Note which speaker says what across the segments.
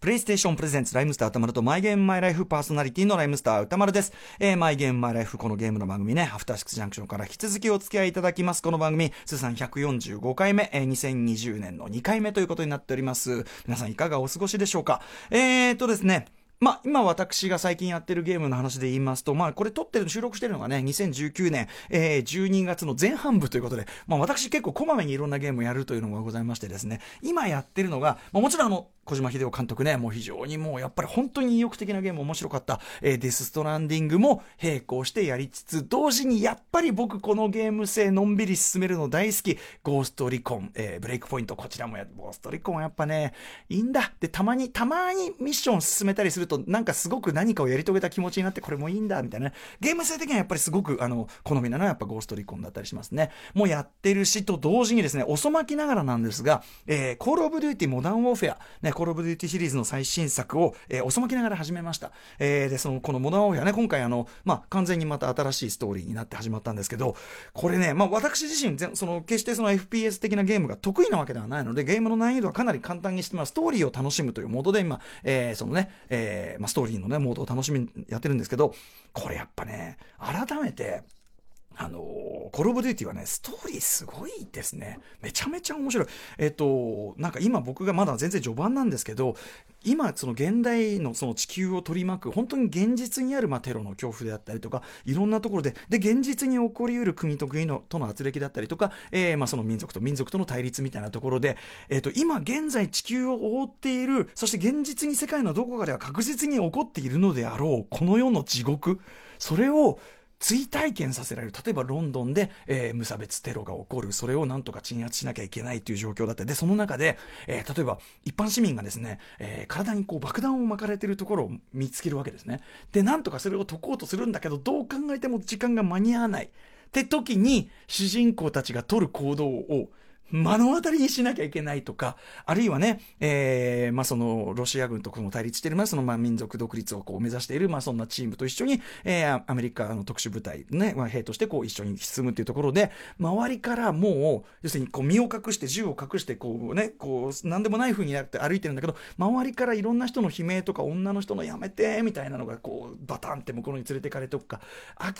Speaker 1: プレイステーションプレゼンツライムスター歌丸とマイゲームマイライフパーソナリティのライムスター歌丸です。えーマイゲームマイライフこのゲームの番組ね、アフターシックスジャンクションから引き続きお付き合いいただきます。この番組、通算145回目、えー2020年の2回目ということになっております。皆さんいかがお過ごしでしょうかえーとですね、まあ、今私が最近やってるゲームの話で言いますと、まあ、これ撮ってる、収録してるのがね、2019年、えー12月の前半部ということで、まあ、私結構こまめにいろんなゲームをやるというのがございましてですね、今やってるのが、まあ、もちろんあの、小島秀夫監督ね、もう非常にもうやっぱり本当に意欲的なゲーム面白かった、えーデスストランディングも並行してやりつつ、同時にやっぱり僕このゲーム性のんびり進めるの大好き、ゴーストリコン、えーブレイクポイント、こちらもや、ゴーストリコンはやっぱね、いいんだ。で、たまに、たまにミッション進めたりすると、なんかすごく何かをやり遂げた気持ちになって、これもいいんだ、みたいなね。ゲーム性的にはやっぱりすごく、あの、好みなのはやっぱゴーストリコンだったりしますね。もうやってるし、と同時にですね、遅まきながらなんですが、えー、コールオブデューティーモダンウォーフェア、ね、コールオブデューティーシリーズの最新作を、えー、遅まきながら始めました。えー、で、その、このモダンウォーフェアね、今回あの、まあ、完全にまた新しいストーリーになって始まったんですけど、これね、まあ、私自身、ぜんその、決してその FPS 的なゲームが得意なわけではないので、ゲームの難易度はかなり簡単にして、まあ、ストーリーを楽しむというモードで今、えーそのね、えーまあ、ストーリーのね、モードを楽しみにやってるんですけど、これやっぱね、改めて、あのーコールオブデューティーはね、ストーリーすごいですね。めちゃめちゃ面白い。えっ、と、なんか今僕がまだ全然序盤なんですけど、今その現代のその地球を取り巻く、本当に現実にあるまあテロの恐怖であったりとか、いろんなところで、で、現実に起こりうる国と国のとの圧力だったりとか、えーまあその民族と民族との対立みたいなところで、えっ、と、今現在地球を覆っている、そして現実に世界のどこかでは確実に起こっているのであろう、この世の地獄。それを、追体験させられる例えばロンドンで、えー無差別テロが起こるそれをなんとか鎮圧しなきゃいけないという状況だったでその中で、えー例えば一般市民がですね、えー体にこう爆弾を巻かれているところを見つけるわけですねでなんとかそれを解こうとするんだけどどう考えても時間が間に合わないって時に主人公たちが取る行動を目の当たりにしなきゃいけないとか、あるいはね、えーまあ、その、ロシア軍とこの対立している、まあ、その、まあ、民族独立をこう目指している、まあ、そんなチームと一緒に、えーアメリカの特殊部隊、ね、まあ、兵としてこう一緒に進むっていうところで、周りからもう、要するにこう身を隠して、銃を隠して、こうね、こう、なんでもない風になって歩いてるんだけど、周りからいろんな人の悲鳴とか、女の人のやめて、みたいなのが、こう、バタンって向こうに連れてかれとか、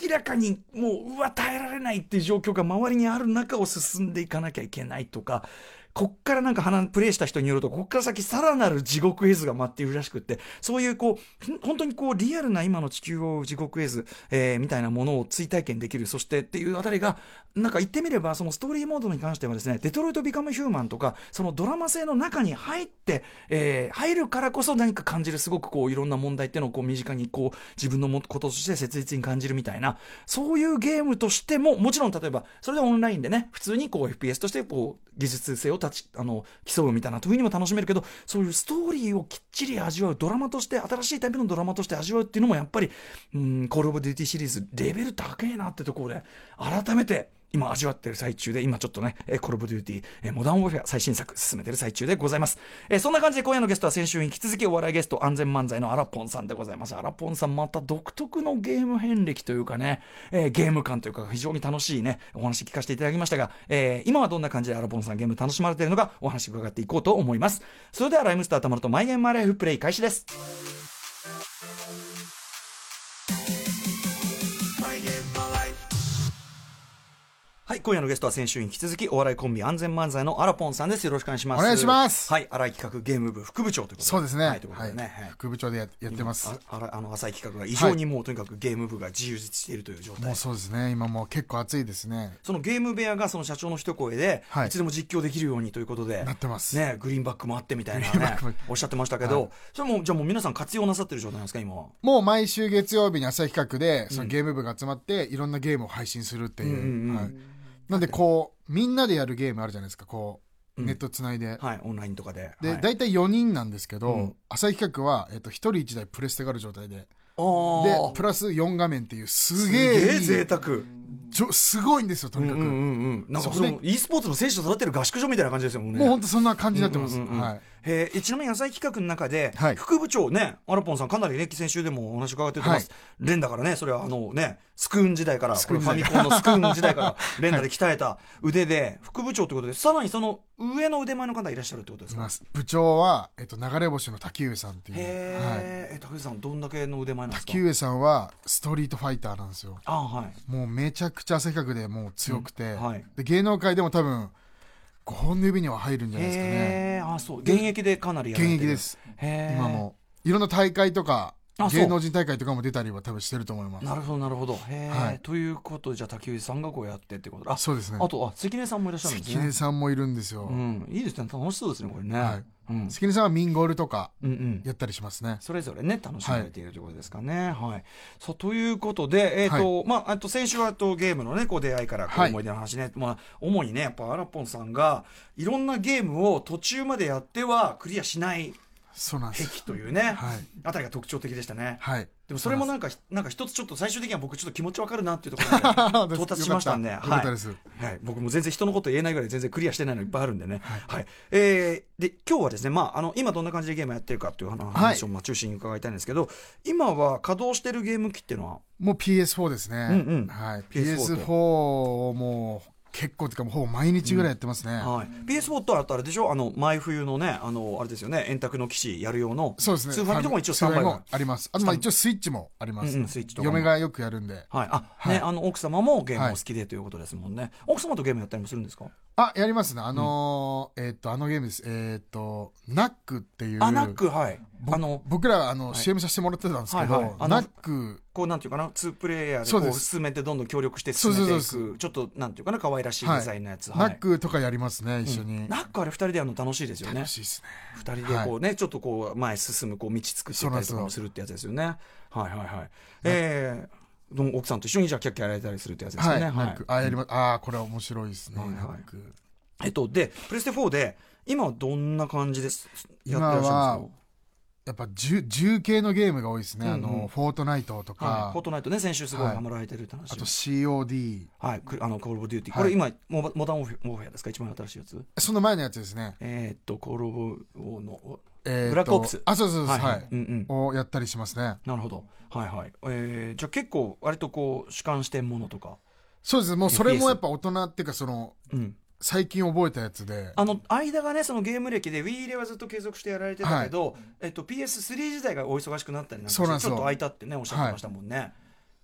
Speaker 1: 明らかにもう、うわ、耐えられないっていう状況が周りにある中を進んでいかなきゃいけないとか、こっからなんか花プレイした人によると、こっから先さらなる地獄絵図が待っているらしくって、そういうこう、ひん本当にこう、リアルな今の地球を地獄絵図、えーみたいなものを追体験できる、そしてっていうあたりが、なんか言ってみれば、そのストーリーモードに関してはですね、デトロイト・ビカム・ヒューマンとか、そのドラマ性の中に入って、えー入るからこそ何か感じる、すごくこう、いろんな問題っていうのをこう、身近にこう、自分のもこととして切実に感じるみたいな、そういうゲームとしても、もちろん例えば、それでオンラインでね、普通にこう、FPS としてこう、技術性を立ち、あの、競うみたいなというふうにも楽しめるけど、そういうストーリーをきっちり味わう、ドラマとして、新しいタイプのドラマとして味わうっていうのも、やっぱり、うん、コールオブデューティーシリーズ、レベル高えなってところで、改めて、今味わってる最中で、今ちょっとね、えーコールオブデューティー、えーモダンウォーフェア最新作進めてる最中でございます。えーそんな感じで今夜のゲストは先週に引き続きお笑いゲスト安全漫才のアラポンさんでございます。アラポンさんまた独特のゲーム遍歴というかね、えーゲーム感というか非常に楽しいね、お話聞かせていただきましたが、えー今はどんな感じでアラポンさんゲーム楽しまれているのかお話伺っていこうと思います。それではライムスターたまるとマイゲームマイライフプレイ開始です。はい、今夜のゲストは先週に引き続きお笑いコンビ安全漫才のアラポンさんです。よろしくお願いします。
Speaker 2: お願いします
Speaker 1: はい、荒井企画ゲーム部副部長ということで。
Speaker 2: そうですね。
Speaker 1: はい、ということでね。はい
Speaker 2: 副部長でややってます。
Speaker 1: ああらあの浅い企画が異常にもうとにかくゲーム部が充実しているという状
Speaker 2: も
Speaker 1: 態
Speaker 2: うそうですね。今もう結構暑いですね。
Speaker 1: そのゲーム部屋がその社長の一声で、
Speaker 2: はい
Speaker 1: い、つでも実況できるようにということで
Speaker 2: なってます
Speaker 1: ね、グリーンバックもあってみたいな、
Speaker 2: グリーンバ
Speaker 1: ね
Speaker 2: ックも、
Speaker 1: おっしゃってましたけど、
Speaker 2: はい
Speaker 1: それもじゃあもう皆さん活用なさってる状態なんですか今は
Speaker 2: もう毎週月曜日に朝日企画で、そのゲーム部が集まって、いろんなゲームを配信するって
Speaker 1: う
Speaker 2: いう。
Speaker 1: んうんうん
Speaker 2: はい、なんでこう、みんなでやるゲームあるじゃないですか。こう、
Speaker 1: うん
Speaker 2: ネットつないで。
Speaker 1: はいオンラインとかで
Speaker 2: で、
Speaker 1: はい、
Speaker 2: 大体4人なんですけど、
Speaker 1: うん
Speaker 2: 朝日企画は、えっと、1人1台プレステがある状態で、
Speaker 1: あー
Speaker 2: で、プラス4画面っていう、す
Speaker 1: す
Speaker 2: げえ
Speaker 1: げ
Speaker 2: い
Speaker 1: え
Speaker 2: い
Speaker 1: 贅沢
Speaker 2: じょすごいんですよ、とにかく。
Speaker 1: うんうんうんうん、なんかそ
Speaker 2: そして
Speaker 1: の e スポーツの選手を育てる合宿所みたいな感じですよもうね
Speaker 2: もう本当そんな感じになってます。
Speaker 1: うんうんうん
Speaker 2: はい。
Speaker 1: へえちなみに野菜企画の中で、
Speaker 2: はい
Speaker 1: 副部長ね、アラポンさん、かなり歴先週でもお話伺ってます、連打からね、それはあのね、スクーン時代から、
Speaker 2: ス
Speaker 1: こ
Speaker 2: クー
Speaker 1: れ
Speaker 2: ン
Speaker 1: ファミコンのスクーン時代 から、連打で鍛えた腕で、副部長ということで、さらにその上の腕前の方いらっしゃるってことです
Speaker 2: い
Speaker 1: か。
Speaker 2: ます部長は、えっと、流れ星の滝上さんっていう、はい、
Speaker 1: へえ、え、竹内さん、どんだけの腕前なんですか
Speaker 2: 滝。上さんはストリートファイターなんですよ
Speaker 1: あ、はい。
Speaker 2: もうめちゃくちゃ汗かくでもう強くて、
Speaker 1: うんはい
Speaker 2: で芸能界でも多分5本の指には入るんじゃないですかね
Speaker 1: へえ、あ、そう、現役でかなりやられ
Speaker 2: 現
Speaker 1: てる
Speaker 2: 役で。す
Speaker 1: へえ。
Speaker 2: 今もいろんな大会とか
Speaker 1: あそう
Speaker 2: 芸能人大会とかも出たりは多分してると思います
Speaker 1: なるほど、なるほど。へえ、
Speaker 2: はい
Speaker 1: ということで、じゃあ、竹内さんがこうやってってこと。あ、
Speaker 2: そうですね
Speaker 1: あと、あ、関根さんもいらっしゃるんです
Speaker 2: 関
Speaker 1: ね
Speaker 2: 根。さんもいるんですよ、
Speaker 1: うん、いいですね。楽しそうですね、これね。
Speaker 2: はい
Speaker 1: うん、
Speaker 2: 関根さんはミンゴールとか
Speaker 1: うん、うん。
Speaker 2: やったりしますね
Speaker 1: それぞれね、楽しまれているということですかね。はい。そう、ということで、えっ、と、まあ、あと先週は、あと、ゲームのね、こう、出会いから、こう、
Speaker 2: はい
Speaker 1: 思い出の話ね。まあ、主にね、やっぱ、アラポンさんが、いろんなゲームを途中までやっては、クリアしない
Speaker 2: そうなんです
Speaker 1: 壁というね、
Speaker 2: はい
Speaker 1: あたりが特徴的でしたね。
Speaker 2: はい
Speaker 1: でも、それ もなんか、なんか一つちょっと、最終的には僕、ちょっと気持ちわかるなっていうところまで到達しましたんで
Speaker 2: よか
Speaker 1: はい
Speaker 2: ったよかったです、
Speaker 1: はい、僕も全然人のこと言えないぐらい全然クリアしてないのいっぱいあるんでね。はい。えーで、今日はですね、まあ、あの、今どんな感じでゲームやってるかっていうあの話を、まあ、中心に伺いたいんですけど、今は稼働してるゲーム機っていうのは、
Speaker 2: もう PS4 ですね、
Speaker 1: うんうん
Speaker 2: はい、
Speaker 1: PS4
Speaker 2: PS4 をもう結構っていうかもうほぼ毎日ぐらいやってますね、
Speaker 1: はい。PS4 とあとあれでしょあの、前冬のね、あの、あれですよね、円卓の騎士やる用の、
Speaker 2: そうですね
Speaker 1: スーファミとかも一応ス
Speaker 2: スー
Speaker 1: タン
Speaker 2: フ
Speaker 1: バ
Speaker 2: ァ
Speaker 1: イ
Speaker 2: ミ
Speaker 1: が
Speaker 2: も。ありますあとまあ一応スイッチもあります、
Speaker 1: うんうんスイッチとかも
Speaker 2: 嫁がよくやるんで
Speaker 1: はい。あ、
Speaker 2: はい
Speaker 1: ね、あの、奥様もゲームお好きでということですもんね。奥様とゲームやったりもするんですか
Speaker 2: あやりますねあのーえーっとあのゲームですえーっとナックっていう
Speaker 1: あ、ナック、はい。あの、
Speaker 2: 僕らあの CM させてもらってたんですけど、
Speaker 1: はいはいあの
Speaker 2: ナック
Speaker 1: こうなんていうかな、ツープレイヤーで
Speaker 2: そう
Speaker 1: こ
Speaker 2: で
Speaker 1: う
Speaker 2: す
Speaker 1: 進めてどんどん協力して進めていく、
Speaker 2: そうそうそう
Speaker 1: ちょっとなんていうかな、可愛らしい
Speaker 2: はい
Speaker 1: デザインのやつ。
Speaker 2: ナックとかやりますね一緒に、
Speaker 1: なんかあれ二人でやるの楽しいですよね
Speaker 2: 楽。しいですね
Speaker 1: 二人でこうね、ちょっとこう前進むこう道作っていったりとかもするってやつですよね。はいはいはい。えー、どうも奥さんと一緒にじゃあキャッキャやられたりするってやつですよ
Speaker 2: はい、
Speaker 1: ね。
Speaker 2: ナックあやりますああこれは面白いですね、
Speaker 1: はいはい
Speaker 2: ナック
Speaker 1: えっと、で、プレステ4で、今はどんな感じですや
Speaker 2: 今
Speaker 1: ってらっしゃるん
Speaker 2: は
Speaker 1: ですか
Speaker 2: やっぱ銃銃系のゲームが多いですね、
Speaker 1: う
Speaker 2: あ
Speaker 1: んうん
Speaker 2: のフォートナイトとか、
Speaker 1: はい、フォートナイトね、先週すごい
Speaker 2: はい
Speaker 1: ハマられてるって話
Speaker 2: あと COD
Speaker 1: はい、クあの、コールオブデューティー。こ
Speaker 2: はい
Speaker 1: れ今、モバモダンウォーフェモーフェアですか一番新しいやつ
Speaker 2: その前のやつですね、
Speaker 1: えーっと、コールオブの、
Speaker 2: えーと
Speaker 1: ブラックオプス
Speaker 2: あそうそうそうはい、
Speaker 1: うんうん。
Speaker 2: をやったりしますね
Speaker 1: なるほど。はいはい。えー、じゃあ結構、割とこう、主観してんものとか。
Speaker 2: そうですもうそれ
Speaker 1: FPS
Speaker 2: もやっぱ大人っていうかその
Speaker 1: うん。
Speaker 2: 最近覚えたやつで
Speaker 1: あの間がねそのゲーム歴で Wii ではずっと継続してやられてたけど、えっと、PS3 時代がお忙しくなったりなんかして
Speaker 2: そうなんです
Speaker 1: ちょ
Speaker 2: よ
Speaker 1: っと空いたってねおっしゃってましたもんね、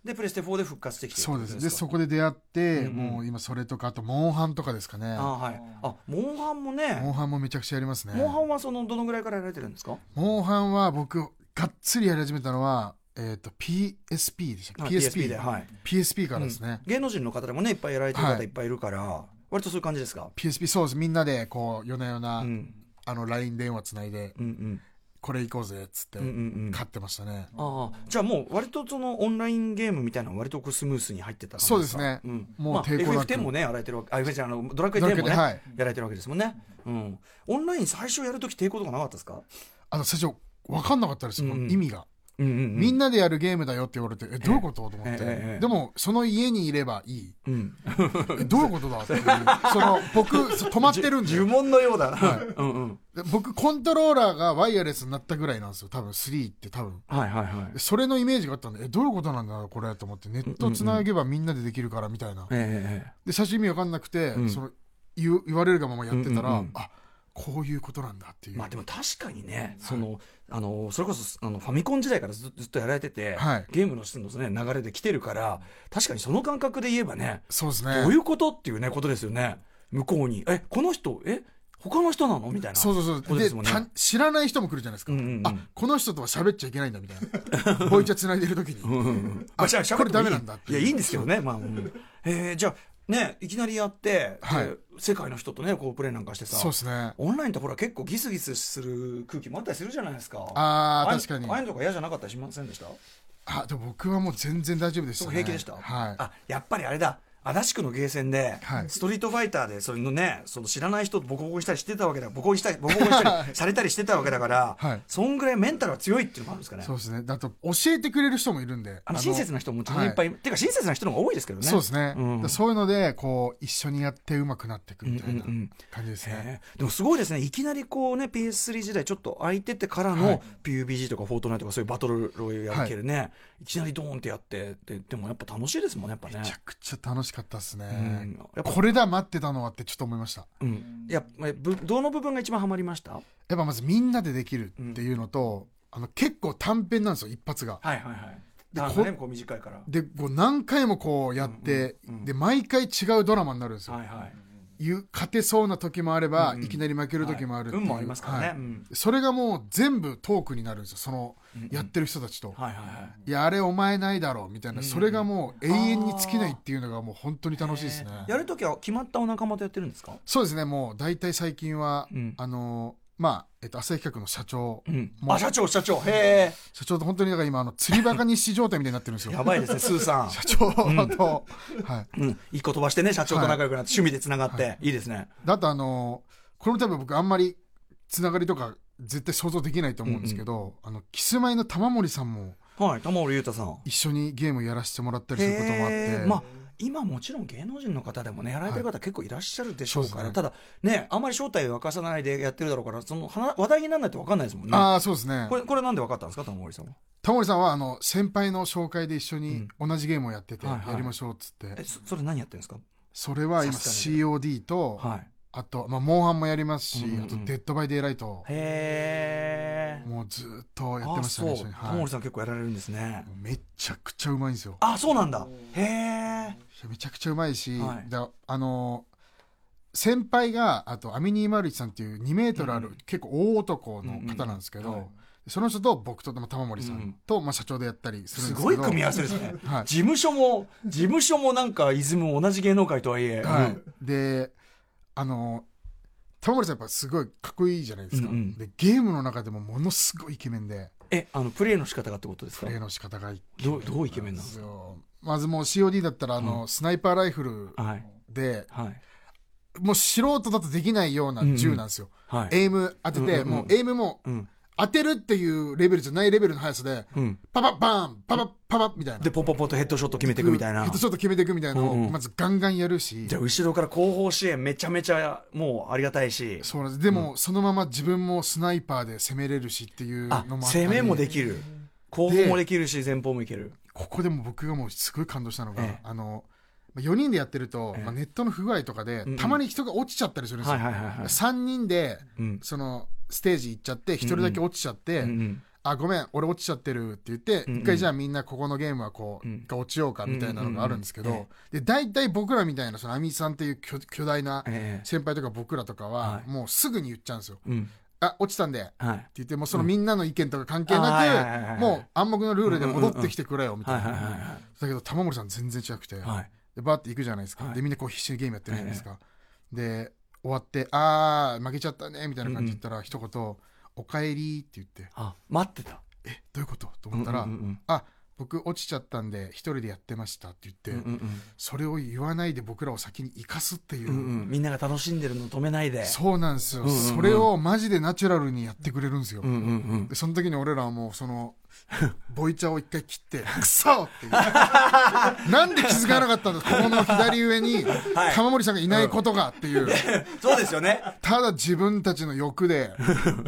Speaker 1: でプレステ4で復活してきてる
Speaker 2: そうです
Speaker 1: って
Speaker 2: で
Speaker 1: ことか
Speaker 2: そこで出会って、
Speaker 1: うんうん
Speaker 2: もう今それとかあとモンハンとかですかね
Speaker 1: あはいあモンハンも
Speaker 2: モン
Speaker 1: ね
Speaker 2: ハンもめちゃくちゃやりますね
Speaker 1: モンハンはそのどのぐらいからやられてるんですか
Speaker 2: モンハンは僕がっつりやり始めたのはえっ、と PSP でした
Speaker 1: あ
Speaker 2: っけ PSP,
Speaker 1: PSP ではい
Speaker 2: PSP からですね、
Speaker 1: 芸能人の方でもねいっぱいやられてる方
Speaker 2: はい
Speaker 1: いっぱいいるから、割とそういう感じですか
Speaker 2: PSP そうですみんなでこう夜な夜な、
Speaker 1: うん
Speaker 2: あの LINE 電話つないで
Speaker 1: うんうん
Speaker 2: これ行こうぜっつって
Speaker 1: うんうんうん
Speaker 2: 買ってましたね、
Speaker 1: ああじゃあもう割とそのオンラインゲームみたいなのは割とこうスムースに入ってた感じか
Speaker 2: そうですね
Speaker 1: ん、
Speaker 2: もう
Speaker 1: まあ、
Speaker 2: 抵抗なく
Speaker 1: FF10 もねやられてるわけあ FF じゃあのドラクエ
Speaker 2: ドラ
Speaker 1: 10
Speaker 2: クエ
Speaker 1: も
Speaker 2: で
Speaker 1: ね、
Speaker 2: はい
Speaker 1: やられてるわけですもんね、うん、オンライン最初やるとき抵抗とかなかったですか、
Speaker 2: あの最初分かんなかったですよ、
Speaker 1: うんうん
Speaker 2: 意味が、
Speaker 1: うんうん
Speaker 2: みんなでやるゲームだよって言われてえどういうことと思って、
Speaker 1: えええ
Speaker 2: でもその家にいればい い
Speaker 1: うん、
Speaker 2: えどういうことだっていうその僕そ止まってるんで
Speaker 1: 呪文のようだな、
Speaker 2: はい
Speaker 1: うんうん
Speaker 2: 僕コントローラーがワイヤレスになったぐらいなんですよ多分3って多分
Speaker 1: はい はいはい
Speaker 2: それのイメージがあったんでえどういうことなんだろうこれと思ってネットつなげばみんなでできるからみたいな、
Speaker 1: ええ
Speaker 2: で最初意味分かんなくて、
Speaker 1: ん
Speaker 2: その言う言われるがままやってたら、
Speaker 1: うんうんうん
Speaker 2: あこういうことなんだっていう、
Speaker 1: まあでも確かにね、その、あの、それこそ、あの、ファミコン時代からずっとずっとやられてて、
Speaker 2: はい
Speaker 1: ゲームの質のね、流れで来てるから、確かにその感覚で言えばね、
Speaker 2: そうですね
Speaker 1: どういうことっていうね、ことですよね。向こうに。え、この人、え、他の人なのみたいな。
Speaker 2: そうそう
Speaker 1: こ
Speaker 2: そう
Speaker 1: と
Speaker 2: で
Speaker 1: ですもんね
Speaker 2: た知らない人も来るじゃないですか、
Speaker 1: うんうんうん
Speaker 2: あこの人とは喋っちゃいけないんだみたい なボイチャ繋いでる時に、
Speaker 1: ま
Speaker 2: あ
Speaker 1: あ、しゃしゃべ
Speaker 2: こ
Speaker 1: っ
Speaker 2: れ
Speaker 1: てもいい
Speaker 2: ダメなんだって
Speaker 1: い
Speaker 2: い
Speaker 1: や、
Speaker 2: う
Speaker 1: いいんですけどね。まあ、うんえーじゃあ、ね、いきなりやって、
Speaker 2: はい
Speaker 1: で世界の人とね、こうプレイなんかしてさ、
Speaker 2: そうですね
Speaker 1: オンラインってほら結構ギスギスする空気もあったりするじゃないですか。
Speaker 2: あー
Speaker 1: いう
Speaker 2: 確かに
Speaker 1: ああいうのとか嫌じゃなかったりしませんでした
Speaker 2: あでも僕はもう全然大丈夫でし
Speaker 1: そ
Speaker 2: た、
Speaker 1: こ
Speaker 2: ね、
Speaker 1: 平気でした。
Speaker 2: はい
Speaker 1: あ、やっぱりあれだ。足立区のゲーセンで、
Speaker 2: はい
Speaker 1: ストリートファイターで、それのね、その知らない人とボコボコにしたりしてたわけだ、ボコボコにしたり、ボコボコにしたりされたりしてたわけだから、
Speaker 2: はい
Speaker 1: そんぐらいメンタルが強いっていうのもあるんですかね。
Speaker 2: そうですね。だと、教えてくれる人もいるんで。
Speaker 1: あの親切な人もいっぱい、てか親切な人の方が多いですけどね。
Speaker 2: そうですね。
Speaker 1: うん
Speaker 2: だそういうので、こう、一緒にやってうまくなっていくみたいな
Speaker 1: うんうんうん
Speaker 2: 感じですね。
Speaker 1: へえでもすごいですね、いきなりこうね、PS3 時代、ちょっと空いててから
Speaker 2: は
Speaker 1: の
Speaker 2: い
Speaker 1: PUBG とかフォートナイトとか、そういうバトルロイヤル系でね、い、きなりドーンってやってで、でもやっぱ楽しいですもんね、やっぱね
Speaker 2: めち。ゃくちゃ楽しかったですね。
Speaker 1: うんやっぱ
Speaker 2: これだ、待ってたのはってちょっと思いました。
Speaker 1: うん、いやえぶどの部分が一番ハマりましたはい
Speaker 2: やっぱまずみんなでできるっていうのと、あの結構短編なんですよ、一発が。
Speaker 1: はいはい。
Speaker 2: で
Speaker 1: あ
Speaker 2: こ
Speaker 1: ね、こう短いから。
Speaker 2: で、こう何回もこうやって、
Speaker 1: うんうんうん
Speaker 2: で、毎回違うドラマになるんですよ。
Speaker 1: はいはい。
Speaker 2: いう勝てそうな時もあれば、
Speaker 1: うんうん
Speaker 2: いきなり負ける時もあるっていう
Speaker 1: 運もありますからね。
Speaker 2: はい
Speaker 1: うん
Speaker 2: それがもう全部トークになるんですよ、その、
Speaker 1: うん
Speaker 2: やってる人たちと。
Speaker 1: はいはいはい。
Speaker 2: いや、あれお前ないだろうみたいな、
Speaker 1: うん
Speaker 2: それがもう永遠に尽きないっていうのがもう本当に楽しいですね。
Speaker 1: えーやるときは決まったお仲間とやってるんですか
Speaker 2: そうですね、もう大体最近は、
Speaker 1: うん
Speaker 2: あのー、まあ、えっと、朝日企画の社長、
Speaker 1: うん。
Speaker 2: もう
Speaker 1: あ、社長、社長。へ
Speaker 2: 社長と本当にだから今、あの、釣りバカ日誌状態みたいになってるんです
Speaker 1: え。
Speaker 2: よ。
Speaker 1: やばい ですね、スーさん。
Speaker 2: 社長と、はい。
Speaker 1: うん。一個飛ばしてね、社長と仲良くなって、趣味で繋がって、いいですね。
Speaker 2: だとあのーこれも多分僕あんまりつながりとか絶対想像できないと思うんですけど、あの、キスマイの玉森さんも
Speaker 1: はい、玉森裕太さん。
Speaker 2: 一緒にゲームやらせてもらったりすることもあっ
Speaker 1: へ
Speaker 2: て
Speaker 1: ー、まあ今もちろん芸能人の方でもねやられてる方結構いらっしゃるでしょうから、
Speaker 2: はい
Speaker 1: ただねあんまり正体を明かさないでやってるだろうからその話話題にならないと分かんないですもんね
Speaker 2: ああ、そうですね
Speaker 1: こ。れこれなんで分かったんですか玉森さんは
Speaker 2: タモリさんはあの先輩の紹介で一緒に同じゲームをやってて
Speaker 1: うん
Speaker 2: や
Speaker 1: はいはい
Speaker 2: りましょうっつって、
Speaker 1: えそそれ何やってるんですか
Speaker 2: それは今
Speaker 1: さすがに
Speaker 2: COD と、
Speaker 1: はい
Speaker 2: あと、まあ、モンハンもやりますし、
Speaker 1: うんうんうん
Speaker 2: あとデッドバイデイライト
Speaker 1: へえ
Speaker 2: もうずっとやってましたね
Speaker 1: あ
Speaker 2: 一
Speaker 1: そ
Speaker 2: 緒
Speaker 1: う
Speaker 2: に、
Speaker 1: 玉
Speaker 2: はい、
Speaker 1: 森さん結構やられるんですね
Speaker 2: めちゃくちゃうまいんですよ
Speaker 1: あそうなんだへえ
Speaker 2: めちゃくちゃうまいし、
Speaker 1: はい
Speaker 2: だあのー先輩があとアミニーマルチさんっていう2メートルある、
Speaker 1: うん
Speaker 2: 結構大男の方なんですけど、
Speaker 1: うんうんはい
Speaker 2: その人と僕とまあ玉森さんと、まあ、社長でやったりするんですすけど
Speaker 1: ごい組み合わせですね
Speaker 2: はい
Speaker 1: 事務所も事務所もなんかイズムも同じ芸能界とはいえ、
Speaker 2: は
Speaker 1: うん
Speaker 2: い、であの玉森さんやっぱすごいかっこいいじゃないですか、
Speaker 1: うんうん
Speaker 2: でゲームの中でもものすごいイケメンで
Speaker 1: えあのプレーの仕方がってことです
Speaker 2: プ
Speaker 1: か
Speaker 2: レーの仕方がイケ
Speaker 1: どうどうイケメンなんです
Speaker 2: すよまずもう COD だったらあの、スナイパーライフル
Speaker 1: かはい
Speaker 2: で
Speaker 1: はい
Speaker 2: もう素人だとできないような銃なんですよ、
Speaker 1: はい
Speaker 2: エイム当て
Speaker 1: う
Speaker 2: て、
Speaker 1: んうんうん
Speaker 2: もうエイムも
Speaker 1: うん
Speaker 2: 当てるっていうレベルじゃないレベルの速さで
Speaker 1: うん
Speaker 2: パパッバーンパパッパパッみたいな
Speaker 1: で、ポンポンポンとヘッドショット決めていくみたいな
Speaker 2: ヘッ。ドショット決めていくみたいなのを
Speaker 1: うんうん
Speaker 2: まずガンガンやるし
Speaker 1: じゃあ、後ろから後方支援めちゃめちゃ、もうありがたいし、
Speaker 2: そうなんですでも、そのまま自分もスナイパーで攻めれるしっていうの
Speaker 1: あ、
Speaker 2: もあったり
Speaker 1: 攻めもできる。後方もできるし、前方もいける。
Speaker 2: ここでも僕がもうすごい感動したのが、
Speaker 1: ええ
Speaker 2: あの4人でやってると、
Speaker 1: ええ
Speaker 2: まあ、ネットの不具合とかで、
Speaker 1: うんうん
Speaker 2: たまに人が落ちちゃったりするんですよ、
Speaker 1: はいはいはいはい
Speaker 2: 3人で
Speaker 1: うん。
Speaker 2: そのステージ行っちゃって1人だけ落ちちゃって、
Speaker 1: うんうん
Speaker 2: あごめん俺落ちちゃってるって言って、
Speaker 1: うんうん
Speaker 2: 一回じゃあみんなここのゲームはこう、
Speaker 1: うん
Speaker 2: 一回落ちようかみたいなのがあるんですけど、
Speaker 1: うんうんうん
Speaker 2: で大体僕らみたいなそのアミさんっていう巨巨大な
Speaker 1: ええ
Speaker 2: 先輩とか僕らとかは、
Speaker 1: はい
Speaker 2: もうすぐに言っちゃうんですよ
Speaker 1: うん。
Speaker 2: あ落ちたんで
Speaker 1: はい。
Speaker 2: って言ってもうそのみんなの意見とか関係
Speaker 1: あーはいはいはいは
Speaker 2: ないくもう暗黙のルールで戻ってきてくれよみた
Speaker 1: はい
Speaker 2: い
Speaker 1: はい
Speaker 2: な
Speaker 1: は
Speaker 2: だけど玉森さん全然違くて
Speaker 1: いはい。はい。
Speaker 2: でバーって行くじゃないですか
Speaker 1: はい
Speaker 2: でみんなこう必死にゲームやってるじゃないですかで終わって「あー負けちゃったね」みたいな感じで言ったら一言「おかえり」って言って
Speaker 1: あ、待ってた。
Speaker 2: 「えどういうこと?」と思ったら
Speaker 1: うんうんうん
Speaker 2: 「あ僕落ちちゃったんで一人でやってました」っ
Speaker 1: う
Speaker 2: て
Speaker 1: ん
Speaker 2: 言っ
Speaker 1: う
Speaker 2: て
Speaker 1: んうん
Speaker 2: それを言わないで僕らを先に生かすってい
Speaker 1: うん
Speaker 2: う
Speaker 1: うんみんなが楽しんでるの止めないで。
Speaker 2: そうなんです
Speaker 1: うん
Speaker 2: よ
Speaker 1: うんうん
Speaker 2: それをマジでナチュラルにやってくれるんですよ
Speaker 1: うんうんうん
Speaker 2: で。その時に俺らはもうそ のボイチャを一回切って「くそ!」っていうなんで気づかなかったんだここの左上に
Speaker 1: い
Speaker 2: 玉森さんがいないことがっていう、
Speaker 1: そうですよね。
Speaker 2: ただ自分たちの欲で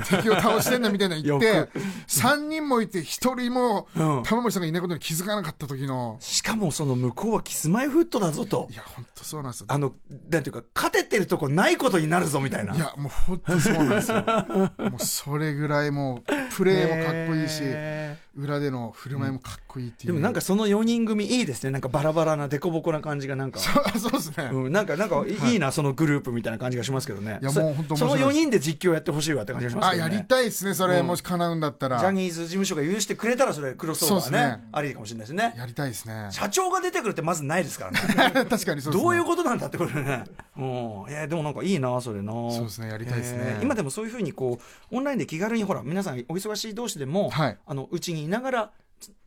Speaker 2: 敵を倒してんだみたいな の言って3人もいて1人も
Speaker 1: うん
Speaker 2: 玉森さんがいないことに気づかなかった時の
Speaker 1: しかも、その向こうはキスマイフットだぞと
Speaker 2: い。や本当そうなんですよ
Speaker 1: あの、なんていうか、勝ててるとこないことになるぞみたいな。
Speaker 2: いやもう本当そうなんですよ もうそれぐらいもうプレーもかっこいいし
Speaker 1: へ
Speaker 2: 裏での振る舞いもかっこいいってい
Speaker 1: で
Speaker 2: う、
Speaker 1: もなんかその4人組いいですね。なんかバラバラな、デコボコな感じがなんか。
Speaker 2: そうそうですね、
Speaker 1: うん、なんか、なんかいい、いいな、そのグループみたいな感じがしますけどね。
Speaker 2: いや
Speaker 1: そ
Speaker 2: もう本当面
Speaker 1: そ
Speaker 2: 白い
Speaker 1: の
Speaker 2: です
Speaker 1: 4人で実況やってほしいわって感じがします
Speaker 2: あ
Speaker 1: けど
Speaker 2: や
Speaker 1: ね。
Speaker 2: りたいですねそれ、
Speaker 1: うん
Speaker 2: もし叶うんだったら
Speaker 1: ジャニーズ事務所が許してくれたら、それ、クロスオーバー
Speaker 2: そうです
Speaker 1: ね
Speaker 2: ね。
Speaker 1: ありかもしれないですね。
Speaker 2: やりたいですね
Speaker 1: 社長が出てくるってまずないです からね。
Speaker 2: 確かにそうですね
Speaker 1: どういうことなんだってこれね。うん。いや、 でもなんかいいな、それな。
Speaker 2: そうですねやりたいですね
Speaker 1: えー今でもそういうふうに、こう、オンラインで気軽に、ほら、皆さんお忙しい同士でも、
Speaker 2: はい
Speaker 1: あの、うちにいながら、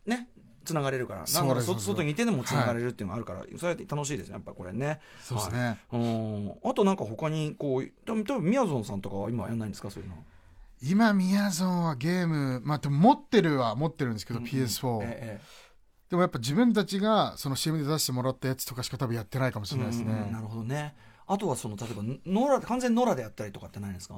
Speaker 1: ね、つながれるから、な
Speaker 2: そ
Speaker 1: ん
Speaker 2: う
Speaker 1: か
Speaker 2: です
Speaker 1: そ
Speaker 2: そうです
Speaker 1: 外にいてでもつながれるっていうのがあるから、それって楽しいですね、やっぱこれね。
Speaker 2: そうですね、
Speaker 1: はい。うん。あとなんか他に、こう、多分多分みやぞんさんとかは今やんないんですか、そういうの。
Speaker 2: 今みやぞんはゲームまあでも持ってるは持ってるんですけど、PS4、
Speaker 1: ええ
Speaker 2: でもやっぱ自分たちがその CM で出してもらったやつとかしか多分やってないかもしれないですね、
Speaker 1: うんうんうんなるほどね。あとはその、例えば、ノラ、完全ノラでやったりとかってないんですか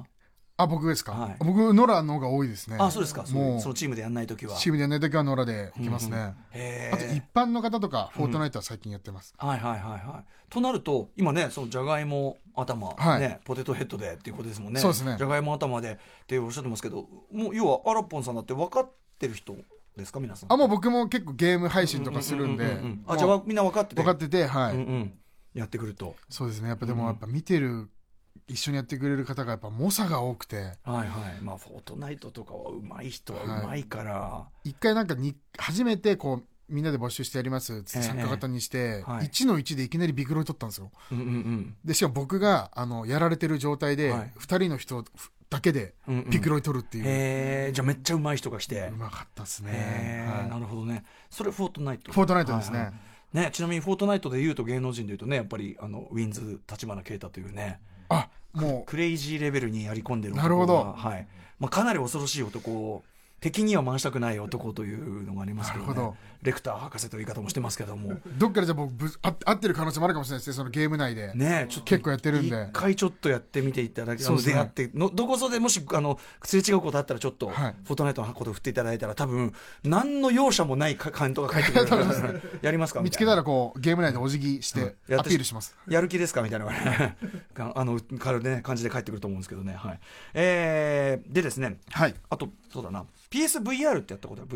Speaker 2: あ僕ですか、
Speaker 1: はい
Speaker 2: 僕ノラの方が多いですね
Speaker 1: あ、そうですか。そうい
Speaker 2: も
Speaker 1: う
Speaker 2: う
Speaker 1: そのチームでやんないときは。
Speaker 2: チームでやんない時はノラでいきますね、
Speaker 1: うんうんへえ
Speaker 2: あと一般の方とか、フォートナイトは最近やってます。
Speaker 1: はいはいはいはい。となると、今ね、そのじゃがいも頭、
Speaker 2: はい
Speaker 1: ね、ポテトヘッドでっていうことですもんね。
Speaker 2: そうですね
Speaker 1: じゃがいも頭でっておっしゃってますけど、もう要はアラポンさんだって分かってる人ですか、皆さん。
Speaker 2: あ、もう僕も結構ゲーム配信とかするんで
Speaker 1: ううううう、あ、じゃ
Speaker 2: もう
Speaker 1: あみんな分かってて。
Speaker 2: 分かってて、はい、
Speaker 1: うんうん。やってくると。
Speaker 2: そうですね。やっぱ
Speaker 1: うん
Speaker 2: でも、やっぱ見てる、一緒にやってくれる方がやっぱ猛者が多くて、
Speaker 1: はいはい。まあ、フォートナイトとかは上手い人は上手いから。
Speaker 2: 一回なんかに、初めてこう、みんなで募集してやりますっつって
Speaker 1: ええ
Speaker 2: 参加型にして、
Speaker 1: はい
Speaker 2: 1の1でいきなりビクロイ取ったんですよ。
Speaker 1: うんうんうん。
Speaker 2: で、しかも僕が、あの、やられてる状態で
Speaker 1: はい、
Speaker 2: 2人の人だけで
Speaker 1: うんうん
Speaker 2: ビクロイ取るっていう。
Speaker 1: へえ、じゃあめっちゃ上手い人が来て。
Speaker 2: うまかったですね
Speaker 1: へ。え、
Speaker 2: は
Speaker 1: ないるほどね。それ、フォートナイト。
Speaker 2: フォートナイトですね
Speaker 1: はいはいね、ちなみに、フォートナイトで言うと芸能人で言うとね、やっぱり、あの、ウィンズ、立花啓太というね、
Speaker 2: あ、も
Speaker 1: クレイジーレベルにやり込んでる男が
Speaker 2: なるほど
Speaker 1: はい。まあ、かなり恐ろしい男、敵には回したくない男というのがありますけど、ね、
Speaker 2: なるほど
Speaker 1: レクター博士という言い方もしてますけども、
Speaker 2: う、どっからじゃあ僕ぶ、あ合ってる可能性もあるかもしれないですね。そのゲーム内で。
Speaker 1: ね、ちょっと
Speaker 2: 結構やってるんで
Speaker 1: 一回ちょっとやってみていただき、あ
Speaker 2: そう
Speaker 1: の
Speaker 2: ですね
Speaker 1: 出会って、のどこぞでもし、あの、すれ違うことあったら、ちょっと、
Speaker 2: はい
Speaker 1: フォートナイトのことを振っていただいたら、多分、何の容赦もないか感動が返ってくると思い ます。やりますかみ
Speaker 2: 見
Speaker 1: た
Speaker 2: つ
Speaker 1: い
Speaker 2: け
Speaker 1: な
Speaker 2: たらこうゲーム内でお辞儀し
Speaker 1: うん
Speaker 2: て
Speaker 1: やっ
Speaker 2: ア
Speaker 1: て
Speaker 2: ピールします、
Speaker 1: やる気ですかみたいな のがねがあの軽いね感じで返ってくると思うんですけどね、はいえーでですね
Speaker 2: はい
Speaker 1: あとそうだな PSVR ってやったことある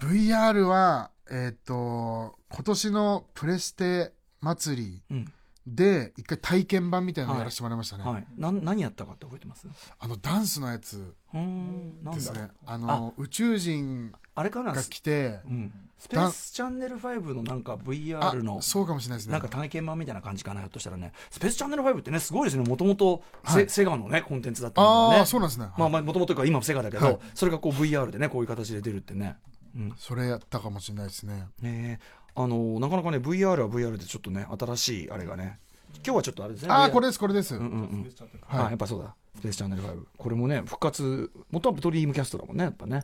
Speaker 1: VR
Speaker 2: VR はえーっ、と今年のプレステ祭り
Speaker 1: うん
Speaker 2: で一回体験版みたいなのやらせてもらいましたね、
Speaker 1: はい、なん何やったかって覚えてます
Speaker 2: あのダンスのやつ
Speaker 1: うーんなんだ
Speaker 2: ですねあの宇宙人
Speaker 1: あれかな
Speaker 2: が来て
Speaker 1: うん、スペースチャンネル5のなんか VR の
Speaker 2: そうかもしれないですね
Speaker 1: なんか体験版みたいな感じかなひょっとしたらねスペースチャンネル5ってねすごいですねもともと
Speaker 2: は
Speaker 1: セ
Speaker 2: い
Speaker 1: セガのねコンテンツだったの
Speaker 2: あ
Speaker 1: が
Speaker 2: あ、
Speaker 1: ね
Speaker 2: そうなんですね、
Speaker 1: まあまあもともというか今もセガだけど、
Speaker 2: はい
Speaker 1: それがこう VR でねこういう形で出るってね、うん、
Speaker 2: それやったかもしれないですね
Speaker 1: ねえあのなかなかね VR は VR でちょっとね新しいあれがね今日はちょっとあれですね
Speaker 2: ああ
Speaker 1: VR
Speaker 2: これですこれです、
Speaker 1: うんうんうん
Speaker 2: はい
Speaker 1: あやっぱそうだスペースチャンネル5これもね復活元はドリームキャストだもんねやっぱね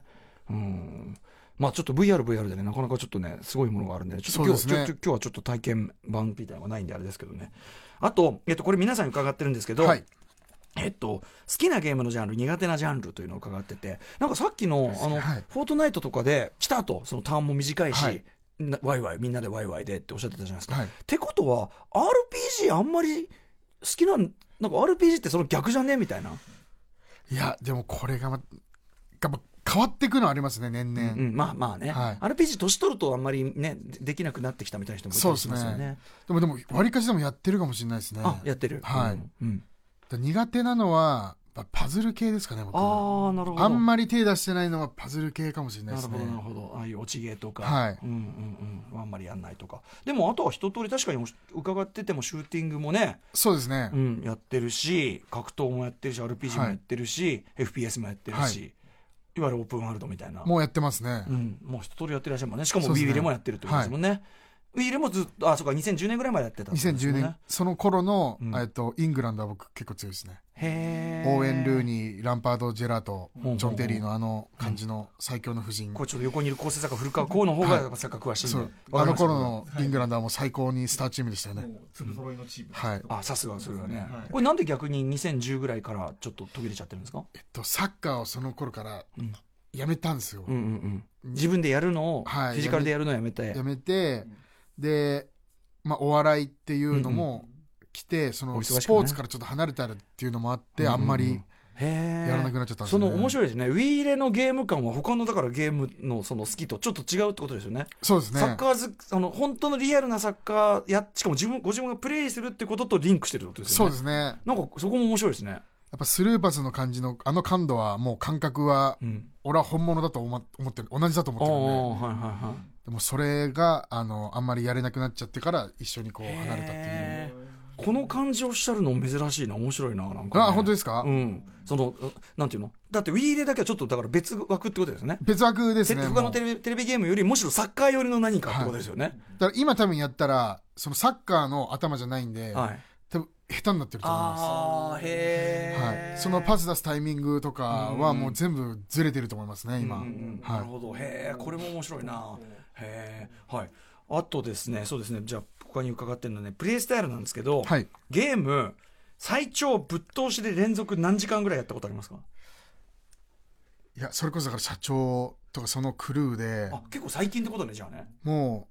Speaker 1: うんまあちょっと VRVR でねなかなかちょっとねすごいものがあるんでちょっと今日
Speaker 2: そうですね
Speaker 1: ちょちょ今日はちょっと体験版みたいなのがないんであれですけどねあと、えっと、これ皆さんに伺ってるんですけど、
Speaker 2: はい
Speaker 1: えっと、好きなゲームのジャンル、苦手なジャンルというのを伺ってて、なんかさっきの、あの、
Speaker 2: はい
Speaker 1: フォートナイトとかで、来たと、そのターンも短いし、
Speaker 2: はい
Speaker 1: なワイワイ、みんなでワイワイでっておっしゃってたじゃないですか。
Speaker 2: はい
Speaker 1: ってことは、RPG あんまり好きなん、なんか RPG ってその逆じゃねみたいな。
Speaker 2: いやでもこれがまがま変わってくのありますね年々、
Speaker 1: うん、まあまあね。
Speaker 2: はい
Speaker 1: RPG 年取るとあんまりね、でできなくなってきたみたいな人もいたりしますよ
Speaker 2: そうで
Speaker 1: ね。
Speaker 2: でもでもわりかしでもやってるかもしれないですね
Speaker 1: あ、やってる。
Speaker 2: はい
Speaker 1: うんうん
Speaker 2: だ苦手なのはやっぱパズル系ですかね僕
Speaker 1: ああ、なるほど。
Speaker 2: あんまり手出してないのはパズル系かもしれない
Speaker 1: な
Speaker 2: で
Speaker 1: るほ
Speaker 2: すね
Speaker 1: どなるほどああいう落ち芸とか、
Speaker 2: はい
Speaker 1: うんうんうんあんまりやんないとかでもあとは一通り確かに伺っててもシューティングもね、
Speaker 2: そうですね、
Speaker 1: うん、やってるし格闘もやってるし RPG もやってるし、FPS もやってるし、
Speaker 2: はい
Speaker 1: い、わゆるオープンワールドみたいな
Speaker 2: もうやってますね、
Speaker 1: うん、もう一通りやってらっしゃるもんねしかも
Speaker 2: そう
Speaker 1: Wii
Speaker 2: ですね
Speaker 1: 入れもやってるってことですもんね、Wii 入れもずっとあそうか2010年ぐらいまでやってたってことです
Speaker 2: 2010
Speaker 1: もんね、
Speaker 2: 年その頃の、
Speaker 1: うん
Speaker 2: えっとイングランドは僕結構強いですね、
Speaker 1: へ
Speaker 2: オーエン・ルー
Speaker 1: に
Speaker 2: ニーランパード・ジェラート、
Speaker 1: うん
Speaker 2: ジョン・テリーのあの感じの最強の夫人、
Speaker 1: こうちょっと横にいる構成作家古川こうの方がやっぱサッカー詳しいんで、
Speaker 2: そう
Speaker 1: わ
Speaker 2: あ
Speaker 1: かり
Speaker 2: の
Speaker 1: ますよ
Speaker 2: 頃のイングランドはもう最高にスターチームでしたよね、
Speaker 3: もう粒揃いのチームです
Speaker 2: はい
Speaker 1: あさすがそれはね、
Speaker 3: はい
Speaker 1: これなんで逆に2010ぐらいからちょっと途切れちゃってるんですか、
Speaker 2: えっと、サッカーをその頃から
Speaker 1: うん
Speaker 2: やめたんですよ、
Speaker 1: うんうんうん、自分でやるのを、
Speaker 2: はい
Speaker 1: フィジカルでやるのをやめて
Speaker 2: やめてで、まあ、お笑いっていうのも来て、そ
Speaker 1: お忙
Speaker 2: の
Speaker 1: しくね
Speaker 2: スポーツからちょっと離れたらっていうのもあって、あんまり
Speaker 1: へ
Speaker 2: やらな
Speaker 1: っ
Speaker 2: くなっちゃったんです
Speaker 1: そ
Speaker 2: よ、ね
Speaker 1: の面白いですね、ウィーレのゲーム感は他のだからゲームのその好きとちょっと違うってことですよね、
Speaker 2: そうですね
Speaker 1: サッカーずあの本当のリアルなサッカーや、しかも自分ご自分がプレイするってこととリンクしてるってことです
Speaker 2: そ
Speaker 1: よ
Speaker 2: う
Speaker 1: ね、
Speaker 2: ですねや
Speaker 1: なんかそこも面白いですね、
Speaker 2: っぱスルーパスの感じのあの感度はもう感覚は
Speaker 1: うん、
Speaker 2: 俺は本物だと思っ思ってる同じだと思
Speaker 1: あ
Speaker 2: って
Speaker 1: あ、
Speaker 2: るんで
Speaker 1: はいはいはい。
Speaker 2: でもそれがあのあんまりやれなくなっちゃってから一緒にこう離れたっていう
Speaker 1: へーこの感じをおっしゃるの珍しいな面白いななんか、ね、
Speaker 2: あ本当ですか、
Speaker 1: うんそのうなんていうのだって Wii でだけはちょっとだから別枠ってことですよね
Speaker 2: 別枠ですね
Speaker 1: て他の
Speaker 2: もう
Speaker 1: テレビテレビゲームよりむしろサッカー寄りの何かってことですよね
Speaker 2: だから今多分やったらそのサッカーの頭じゃないんで、
Speaker 1: はい、
Speaker 2: 多分下手になってると思います
Speaker 1: ああへえ、
Speaker 2: はい、そのパス出すタイミングとかはもう全部ずれてると思いますね、今、
Speaker 1: うんうん
Speaker 2: は
Speaker 1: なる
Speaker 2: い、
Speaker 1: ほどへえこれも面白いなへえはいあとですねそうですねじゃあ他に伺ってるのはねプレイスタイルなんですけど、
Speaker 2: はい
Speaker 1: ゲーム最長ぶっ通しで連続何時間ぐらいやったことありますか
Speaker 2: いやそれこそだから社長とかそのクルーで
Speaker 1: あ結構最近ってことねじゃあね
Speaker 2: も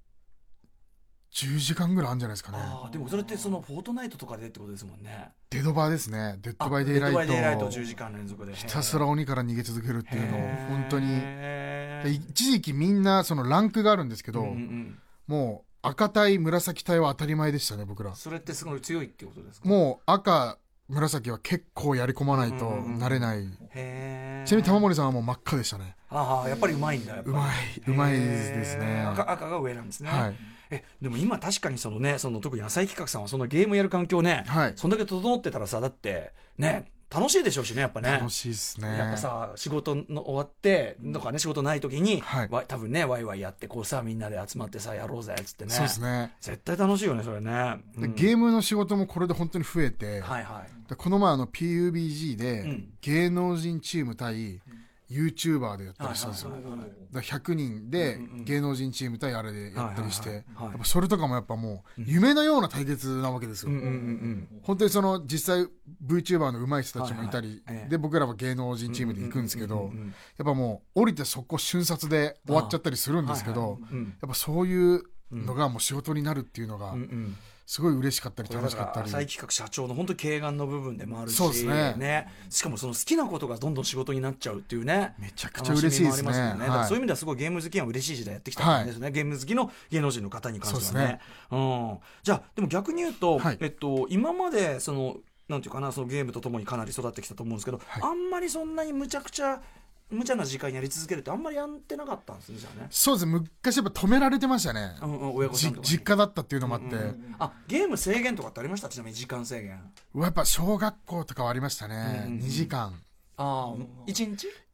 Speaker 2: う10時間ぐらいあるんじゃないですかね
Speaker 1: ああでもそれってそのフォートナイトとかでってことですもんね
Speaker 2: デッドバーですねデッ
Speaker 1: あ
Speaker 2: ドバイデイ
Speaker 1: デッ
Speaker 2: ラ
Speaker 1: ドバイデイラ
Speaker 2: イ
Speaker 1: イ
Speaker 2: ト
Speaker 1: ト10時間連続で
Speaker 2: ひたすら鬼から逃げ続けるっていうのを
Speaker 1: へえ
Speaker 2: 本当に
Speaker 1: へえ
Speaker 2: 一時期みんなそのランクがあるんですけど、
Speaker 1: うんうん
Speaker 2: もう赤帯紫帯は当たり前でしたね僕
Speaker 1: う
Speaker 2: ら
Speaker 1: んそれってすごい強いってことですか
Speaker 2: もう赤紫は結構やり込まないとなれない、
Speaker 1: へえ
Speaker 2: ちなみに玉森さんはもう真っ赤でしたね
Speaker 1: ああやっぱりうまいんだやっぱ
Speaker 2: う
Speaker 1: り
Speaker 2: まいうまいです
Speaker 1: へ
Speaker 2: ね
Speaker 1: ー赤赤が上なんですね、
Speaker 2: はい
Speaker 1: えでも今確かにそのねその特に野菜企画さんはそのゲームやる環境ね、
Speaker 2: はい
Speaker 1: そんだけ整ってたらさだってね楽しいでしょうしねやっぱね
Speaker 2: 楽しいですね
Speaker 1: やっぱさ仕事の終わってとかね仕事ない時に、
Speaker 2: はい
Speaker 1: わ多分ねワイワイやってこうさみんなで集まってさやろうぜっつってね
Speaker 2: そうですね
Speaker 1: 絶対楽しいよねそれね、
Speaker 2: で
Speaker 1: うん
Speaker 2: ゲームの仕事もこれで本当に増えて、
Speaker 1: はいは
Speaker 2: でこの前あの PUBG で、
Speaker 1: うん
Speaker 2: 芸能人チーム対 YouTuber でやっ
Speaker 1: い
Speaker 2: たりしたんですよ、
Speaker 1: はいはいはい
Speaker 2: だから100人で芸能人チーム対あれでやったりして、
Speaker 1: はいはいはいはい
Speaker 2: やっぱそれとかもやっぱもう夢のような対決なわけですよ、
Speaker 1: うんうんうん
Speaker 2: 本当にその実際 VTuber の上手い人たちもいたり、
Speaker 1: はいはいええ
Speaker 2: で僕らは芸能人チームで行くんですけ
Speaker 1: うんうん
Speaker 2: ど
Speaker 1: うんうんうん
Speaker 2: やっぱもう降りてそこ瞬殺で終わっちゃったりするんですけど、
Speaker 1: ああはいはいうん
Speaker 2: やっぱそういうのがもう仕事になるっていうのが
Speaker 1: うんうんうん
Speaker 2: すごい嬉しかったり
Speaker 1: これだ
Speaker 2: 楽し
Speaker 1: か
Speaker 2: かった
Speaker 1: ら
Speaker 2: り、
Speaker 1: 浅井企画社長の本当軽眼の部分でもあるし
Speaker 2: そうですね
Speaker 1: しかもその好きなことがどんどん仕事になっちゃうっていうね
Speaker 2: めちゃくちゃ嬉しいですね
Speaker 1: 楽みもありまもん
Speaker 2: はい
Speaker 1: だからそういう意味ではすごいゲーム好きは嬉しい時代やってきたんですね、ゲーム好きの芸能人の方に関してはねうん、じゃあでも逆に言うと、
Speaker 2: はい
Speaker 1: えっと、今までそのなんていうかなそのゲームとともにかなり育ってきたと思うんですけど、
Speaker 2: はい
Speaker 1: あんまりそんなにむちゃくちゃ無茶な時間やり続けるってあんまりやってなかったんですねじゃあね、
Speaker 2: そうですね昔やっぱ止められてましたね、
Speaker 1: うんうん、親御さん
Speaker 2: じ
Speaker 1: とかに
Speaker 2: 実家だったっていうのもあって、
Speaker 1: うんうんあゲーム制限とかってありましたちなみに時間制限
Speaker 2: うわやっぱ小学校とかはありましたね、
Speaker 1: うんうんうん
Speaker 2: 2時間
Speaker 1: ああ1日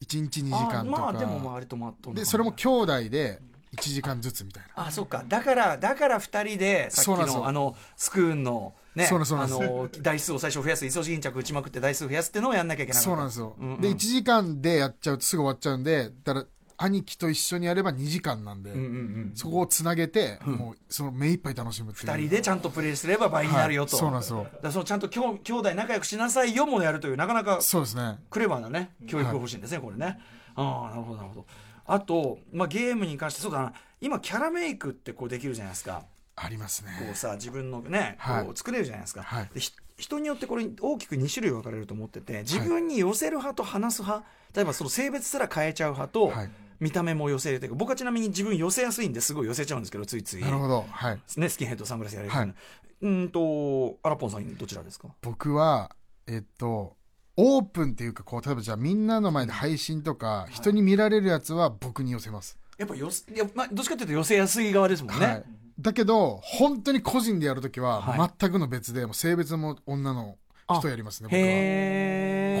Speaker 2: 1日2時間とか
Speaker 1: あーまあでも周りとまっとんな
Speaker 2: でそれも兄弟で1時間ずつみたいな
Speaker 1: あそっかだからだから二人でさっき
Speaker 2: そうなんです
Speaker 1: の
Speaker 2: よ
Speaker 1: あのスクーンのね
Speaker 2: そうなんですそうなん
Speaker 1: あ
Speaker 2: です
Speaker 1: の台数を最初増やすイソジン着打ちまくって台数増やすってのをやんなきゃいけない
Speaker 2: そうなんですよ、
Speaker 1: うんうん
Speaker 2: で1時間でやっちゃうとすぐ終わっちゃうんでだから兄貴と一緒にやれば2時間なんで、
Speaker 1: うんうんうん
Speaker 2: そこをつなげて、もうその目いっぱい楽しむっていう
Speaker 1: 二人でちゃんとプレイすれば倍になるよと、
Speaker 2: はいそうなんですよ
Speaker 1: だからそのちゃんときょう兄弟仲良くしなさいよもやるというなかなか
Speaker 2: そうですね
Speaker 1: クレバーなね教育が欲しいんですね、これねああなるほどなるほどあと、まあ、ゲームに関してそうだな今キャラメイクってこうできるじゃないですか
Speaker 2: あります
Speaker 1: こう
Speaker 2: ね
Speaker 1: さ自分のね、
Speaker 2: はい
Speaker 1: こう作れるじゃないですか、
Speaker 2: はい
Speaker 1: でひ人によってこれ大きく2種類分かれると思ってて自分に寄せる派と話す派例えばその性別すら変えちゃう派と、
Speaker 2: はい
Speaker 1: 見た目も寄せるというか僕はちなみに自分寄せやすいんですごい寄せちゃうんですけどついつい、
Speaker 2: なるほどはい
Speaker 1: ね、スキンヘッドサングラスやれるよう
Speaker 2: は
Speaker 1: ないうんとアラポンさんどちらですか
Speaker 2: 僕はえっとオープンっていうかこう例えばじゃあみんなの前で配信とか人に見られるやつは僕に寄せます、
Speaker 1: やっぱ寄せいや、まあ、どっちかというと寄せやすい側ですもんね、
Speaker 2: はい、だけど本当に個人でやるとき
Speaker 1: はい
Speaker 2: は全くの別で、もう性別も女の人やりますね僕は
Speaker 1: へ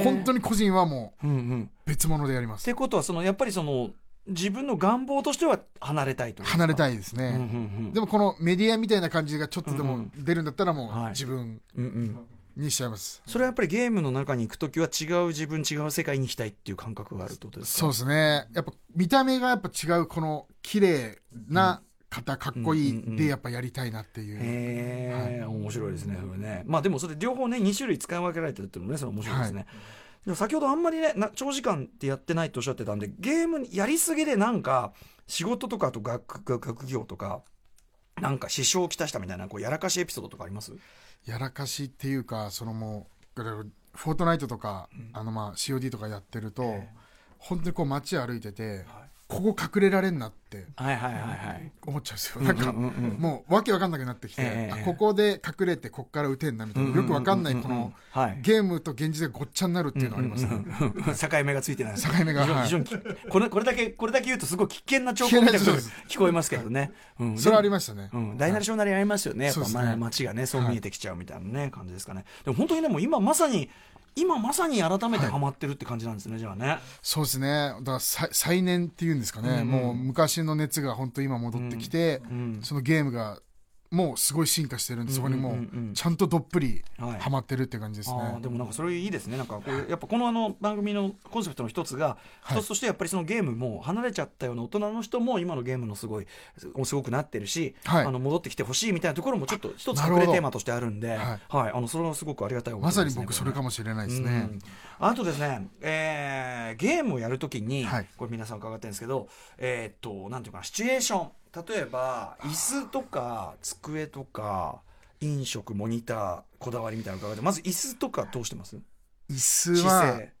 Speaker 1: え
Speaker 2: 本当
Speaker 1: に
Speaker 2: に個人はもう
Speaker 1: うんうん
Speaker 2: 別物でやりま
Speaker 1: っ
Speaker 2: す
Speaker 1: てことはそのやっぱりその自分の願望としては離れたいというか
Speaker 2: 離れたいです
Speaker 1: うんうん
Speaker 2: ね、
Speaker 1: うん
Speaker 2: でもこのメディアみたいな感じがちょっとで
Speaker 1: うんう
Speaker 2: も
Speaker 1: ん
Speaker 2: 出るんだったらも
Speaker 1: はいう
Speaker 2: 自分
Speaker 1: うんうん
Speaker 2: にしちゃいます、
Speaker 1: それはやっぱりゲームの中に行くときは違う自分違う世界に行きたいっていう感覚があるってことですか
Speaker 2: そうですねやっぱ見た目がやっぱ違うこの綺麗な方かっこい
Speaker 1: うんうんうん
Speaker 2: いでやっぱやりたいなっていう、
Speaker 1: へえ、面白いですねそれねまあでもそれ両方ね2種類使い分けられてるっていうのもねそれ面白いですね、でも先ほどあんまりねな長時間ってやってないとおっしゃってたんでゲームやりすぎでなんか仕事とかあと学学学業とかなんか支障をきたしたみたいなこうやらかしエピソードとかあります
Speaker 2: やらかしっていうかそのもうフォートナイトとか、あのまあ COD とかやってると、本当にこう街歩いてて、ここ隠れられんなっって
Speaker 1: はいはいはいはい。
Speaker 2: 思っちゃうんですよなんか、
Speaker 1: うんうんうん
Speaker 2: もうわけわかんなくなってきて、
Speaker 1: ええ
Speaker 2: あここで隠れてこっから撃てんなみたいな、よくわかんないこの、
Speaker 1: はい。
Speaker 2: ゲームと現実がごっちゃになるっていうのはありますね、
Speaker 1: 境目がついてない。
Speaker 2: 境目が
Speaker 1: 非常に
Speaker 2: はい
Speaker 1: 非常にきこれこれだけこれだけ言うとすごい危険な兆候みたいなことが
Speaker 2: 危険な兆候
Speaker 1: 聞こえますけどね。うん
Speaker 2: それはありましたね、
Speaker 1: うん、大なり小なりありますよね、やっぱ
Speaker 2: そうですね
Speaker 1: まあ街がね、そう見えてきちゃうみたいなね、感じですかね。でも本当にね、もう今まさに、今まさに改めてハマってるって感じなんですね、じゃあね。
Speaker 2: そうですねだから再再燃っていうんですかね、もう昔の熱が本当今戻ってきて、
Speaker 1: うん
Speaker 2: そのゲームがもうすごい進化してるんで、そこにも
Speaker 1: んうんうん
Speaker 2: うちゃんとどっぷり
Speaker 1: はい
Speaker 2: ハマってるっていう感じですね、
Speaker 1: あーでもなんかそれいいですねなんかこうやっぱこのあの番組のコンセプトの一つが、
Speaker 2: はい
Speaker 1: 一つとしてやっぱりそのゲームも離れちゃったような大人の人も今のゲームのすごいすすごくなってるし、
Speaker 2: はい
Speaker 1: あの戻ってきてほしいみたいなところもちょっと一つ
Speaker 2: な
Speaker 1: 隠
Speaker 2: るほど
Speaker 1: れテーマとしてあるんで
Speaker 2: はい
Speaker 1: はい、あのそれはすごくありがたいお言葉です
Speaker 2: ま
Speaker 1: ね
Speaker 2: さに僕それかもしれないです
Speaker 1: う
Speaker 2: ね、
Speaker 1: んあとですね、えーゲームをやるときに、
Speaker 2: はい
Speaker 1: これ皆さん伺ってるんですけど、えーっと、なんていうかな、シチュエーション。例えば、椅子とか、机とか、飲食、モニター、こだわりみたいなの伺って、まず椅子とかどうしてます
Speaker 2: 椅子
Speaker 1: 姿
Speaker 2: は
Speaker 1: 勢。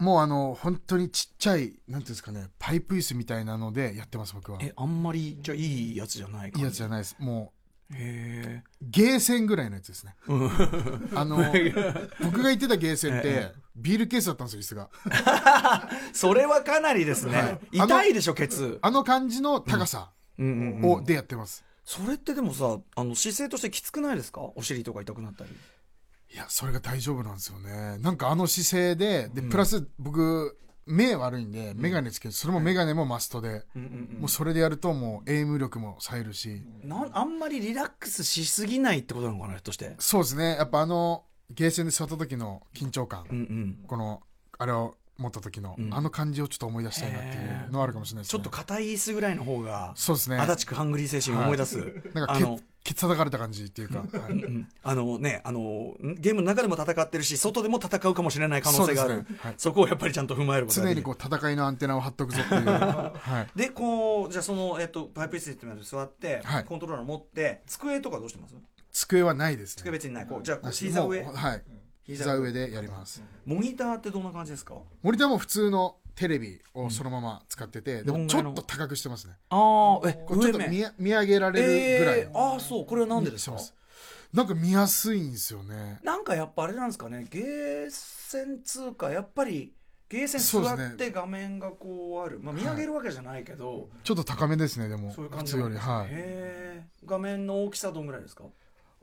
Speaker 2: もうあの本当にちっちゃいなんていうんですかねパイプ椅子みたいなのでやってます僕は
Speaker 1: え、あんまり、じゃあいいやつじゃない
Speaker 2: いいやつじ
Speaker 1: ゃ
Speaker 2: ゃないですも
Speaker 1: へ
Speaker 2: うゲーセンぐらいのやつですね あの僕が行ってたゲーセンっ
Speaker 1: え
Speaker 2: てビールケースだったんですよ椅子が
Speaker 1: ーそれはかなりですね。
Speaker 2: いあの
Speaker 1: 痛いでしょ、ケツ。
Speaker 2: あの感じの高さ
Speaker 1: うんうんうん
Speaker 2: をでやってます、
Speaker 1: それってでもさ、あの、姿勢としてきつくないですかお尻とか痛くなったり。
Speaker 2: いやそれが大丈夫なんですよねなんかあの姿勢ででプラス僕目悪いんで眼鏡つけるそれも眼鏡もマストで、
Speaker 1: うんうんうん
Speaker 2: もうそれでやるともうエイム力も冴えるし、
Speaker 1: なんあんまりリラックスしすぎないってことなのかなひょっとして
Speaker 2: そうですねやっぱあのゲーセンで座った時の緊張感、
Speaker 1: うんうん
Speaker 2: このあれを持った時の、
Speaker 1: ん
Speaker 2: あの感じをちょっと思い出したいなっていうのはあるかもしれないです、
Speaker 1: ちょ
Speaker 2: ね、
Speaker 1: っと硬い椅子ぐらいの方が
Speaker 2: そうですね
Speaker 1: 足立区ハングリー精神を思い出す、
Speaker 2: なんか
Speaker 1: あ
Speaker 2: け
Speaker 1: の
Speaker 2: け つ叩かれた感じっていう か、はい
Speaker 1: うんあのねあのんゲームの中でも戦ってるし外でも戦うかもしれない可能性がある
Speaker 2: そ
Speaker 1: そ,、
Speaker 2: うですねはい
Speaker 1: こをやっぱりちゃんと踏まえることがで
Speaker 2: 常
Speaker 1: き
Speaker 2: に
Speaker 1: る
Speaker 2: こう戦いのアンテナを張っとくぞっ ていう、はい、
Speaker 1: でこうじゃあその、えっと、パイプ椅子っていうのに座って、
Speaker 2: はい
Speaker 1: コントローラー持って机とかどうしてます
Speaker 2: 机はないです
Speaker 1: 机
Speaker 2: ね
Speaker 1: 別にないこうじゃあこう
Speaker 2: なし
Speaker 1: 膝上
Speaker 2: もうはい膝上でやります
Speaker 1: モニターってどんな感じですか
Speaker 2: モニターも普通のテレビをそのまま使ってて、で
Speaker 1: どん
Speaker 2: も
Speaker 1: ぐ
Speaker 2: ち
Speaker 1: ら
Speaker 2: ょ
Speaker 1: いの
Speaker 2: っと高くしてますね
Speaker 1: ああえ
Speaker 2: こうち
Speaker 1: 上
Speaker 2: ょっと見
Speaker 1: 目
Speaker 2: や見上げられるぐらい
Speaker 1: えー、ああそうこれはなんでですか
Speaker 2: にしてますなんか見やすいんですよね
Speaker 1: なんかやっぱあれなんですかねゲーセン通貨やっぱりゲーセ
Speaker 2: そう
Speaker 1: ン
Speaker 2: で
Speaker 1: 座
Speaker 2: すね
Speaker 1: って画面がこうある、まあ、見上げるわけじゃないけど、
Speaker 2: ちょっと高めですねでも
Speaker 1: そういう
Speaker 2: 普
Speaker 1: 感
Speaker 2: 通
Speaker 1: じな
Speaker 2: よ
Speaker 1: ん
Speaker 2: り
Speaker 1: ですね、
Speaker 2: はい
Speaker 1: へー画面の大きさどんぐらいですか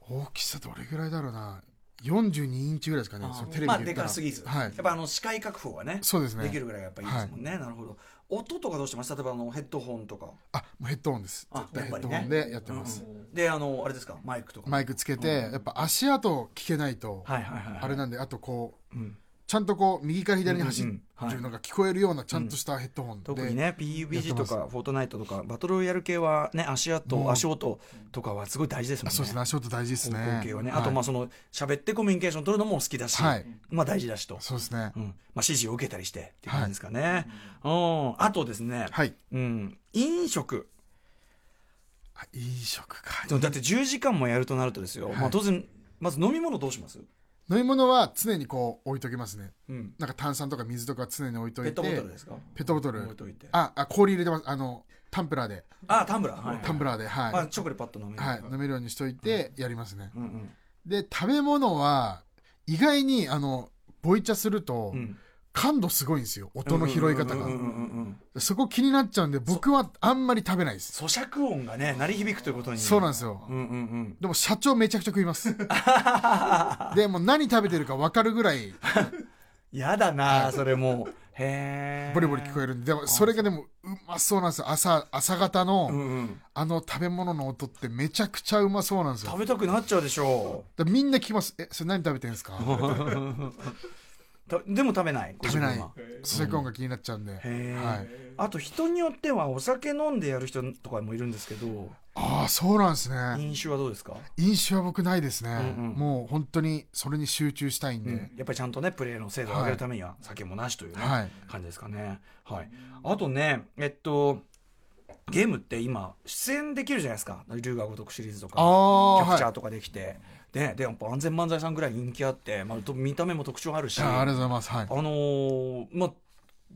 Speaker 2: 大きさどれぐらいだろうな42インチぐらいですかねそのテレビで
Speaker 1: まあ
Speaker 2: 言
Speaker 1: で
Speaker 2: ったら
Speaker 1: かすぎず、
Speaker 2: は
Speaker 1: やっ、
Speaker 2: い
Speaker 1: ぱあの視界確保がね
Speaker 2: そうですね
Speaker 1: できるぐらいがやっぱいいですもんね、なるほど音とかどうしてます例えばあのヘッドホンとか
Speaker 2: あもうヘッドホンです
Speaker 1: あ
Speaker 2: 絶対
Speaker 1: や
Speaker 2: ヘ
Speaker 1: っぱ
Speaker 2: ッ
Speaker 1: り
Speaker 2: ド
Speaker 1: ね
Speaker 2: ホンでやってます、
Speaker 1: うんであのあれですかマイクとか
Speaker 2: マイクつけて、やっぱ足跡聞けないと、
Speaker 1: はいはいはい
Speaker 2: あれなんであとこう、
Speaker 1: うん
Speaker 2: ちゃんとこう右から左に走
Speaker 1: うんうんうん
Speaker 2: っ
Speaker 1: は
Speaker 2: て
Speaker 1: い
Speaker 2: るのが聞こえるようなちゃんとしたヘッドホンで、
Speaker 1: 特にね PUBG と
Speaker 2: やって
Speaker 1: かフォートナイトとかバトルロイヤル系はね足
Speaker 2: も
Speaker 1: 跡
Speaker 2: う
Speaker 1: 足音とかはすごい大事ですもん
Speaker 2: あ
Speaker 1: ね
Speaker 2: そうですね足音大事ですね
Speaker 1: 方向系はね、あとまあその喋ってコミュニケーション取るのも好きだし、
Speaker 2: はい
Speaker 1: まあ大事だしと、
Speaker 2: そうですね
Speaker 1: うんまあ、指示を受けたりしてっていう感じですかね、うんあとですね、
Speaker 2: はい
Speaker 1: うん、飲食
Speaker 2: あ飲食か
Speaker 1: だって10時間もやるとなるとですよ、まあ、当然まず飲み物どうします、
Speaker 2: 飲み物は常にこう置いときますね
Speaker 1: うん、
Speaker 2: なんか炭酸とか水とか常に置いとい
Speaker 1: ペ
Speaker 2: て
Speaker 1: ットボトルですか
Speaker 2: ペットボトル
Speaker 1: 置いといてあ
Speaker 2: ああ氷入れてますあのタンプラーで
Speaker 1: タンブラー、はい、
Speaker 2: タンブラーではい、
Speaker 1: まあ、直でパッと飲める、
Speaker 2: はい、飲めるようにしといてやりますね、
Speaker 1: うんうん
Speaker 2: で食べ物は意外にあのボイチャすると、
Speaker 1: ん
Speaker 2: 感度すごいんですよ音の拾い方が、
Speaker 1: うんうんうんうん
Speaker 2: そこ気になっちゃうんで僕はあんまり食べないです
Speaker 1: 咀嚼音がね鳴り響くということに
Speaker 2: そうなん
Speaker 1: ん
Speaker 2: ですよ、
Speaker 1: うんうんうん
Speaker 2: でも社長めちゃくちゃ食います でもう何食べてるか分かるぐらい
Speaker 1: やだなあそれもうへえ
Speaker 2: ボリボリ聞こえるんででもそれがでもうまそうなんですよ朝朝方の、
Speaker 1: うんうん
Speaker 2: あの食べ物の音ってめちゃくちゃうまそうなんですよ
Speaker 1: 食べたくなっちゃうでしょう
Speaker 2: だからみんな聞きますえそれ何食べてるんですか
Speaker 1: たでも 食べない
Speaker 2: 食べな
Speaker 1: ご自
Speaker 2: い
Speaker 1: 分は
Speaker 2: 咀嚼音が気になっちゃうんで、
Speaker 1: へー
Speaker 2: はい、
Speaker 1: あと人によってはお酒飲んでやる人とかもいるんですけど
Speaker 2: ああそうなんですね
Speaker 1: 飲酒はどうですか、
Speaker 2: 飲酒は僕ないですね、
Speaker 1: うんうん
Speaker 2: もう本当にそれに集中したいんで、
Speaker 1: やっぱりちゃんとねプレーの精度を上げるためには酒もなしという、ね
Speaker 2: はい
Speaker 1: 感じですかね、はい、あとねえっとゲームって今出演できるじゃないですか龍が如くシリーズとか
Speaker 2: ああ
Speaker 1: キャプチャー
Speaker 2: は
Speaker 1: とかできて、ででやっぱ安全漫才さんぐらい人気あって、まあ、と見た目も特徴あるし
Speaker 2: いあありがとうございますはい
Speaker 1: あのーまあ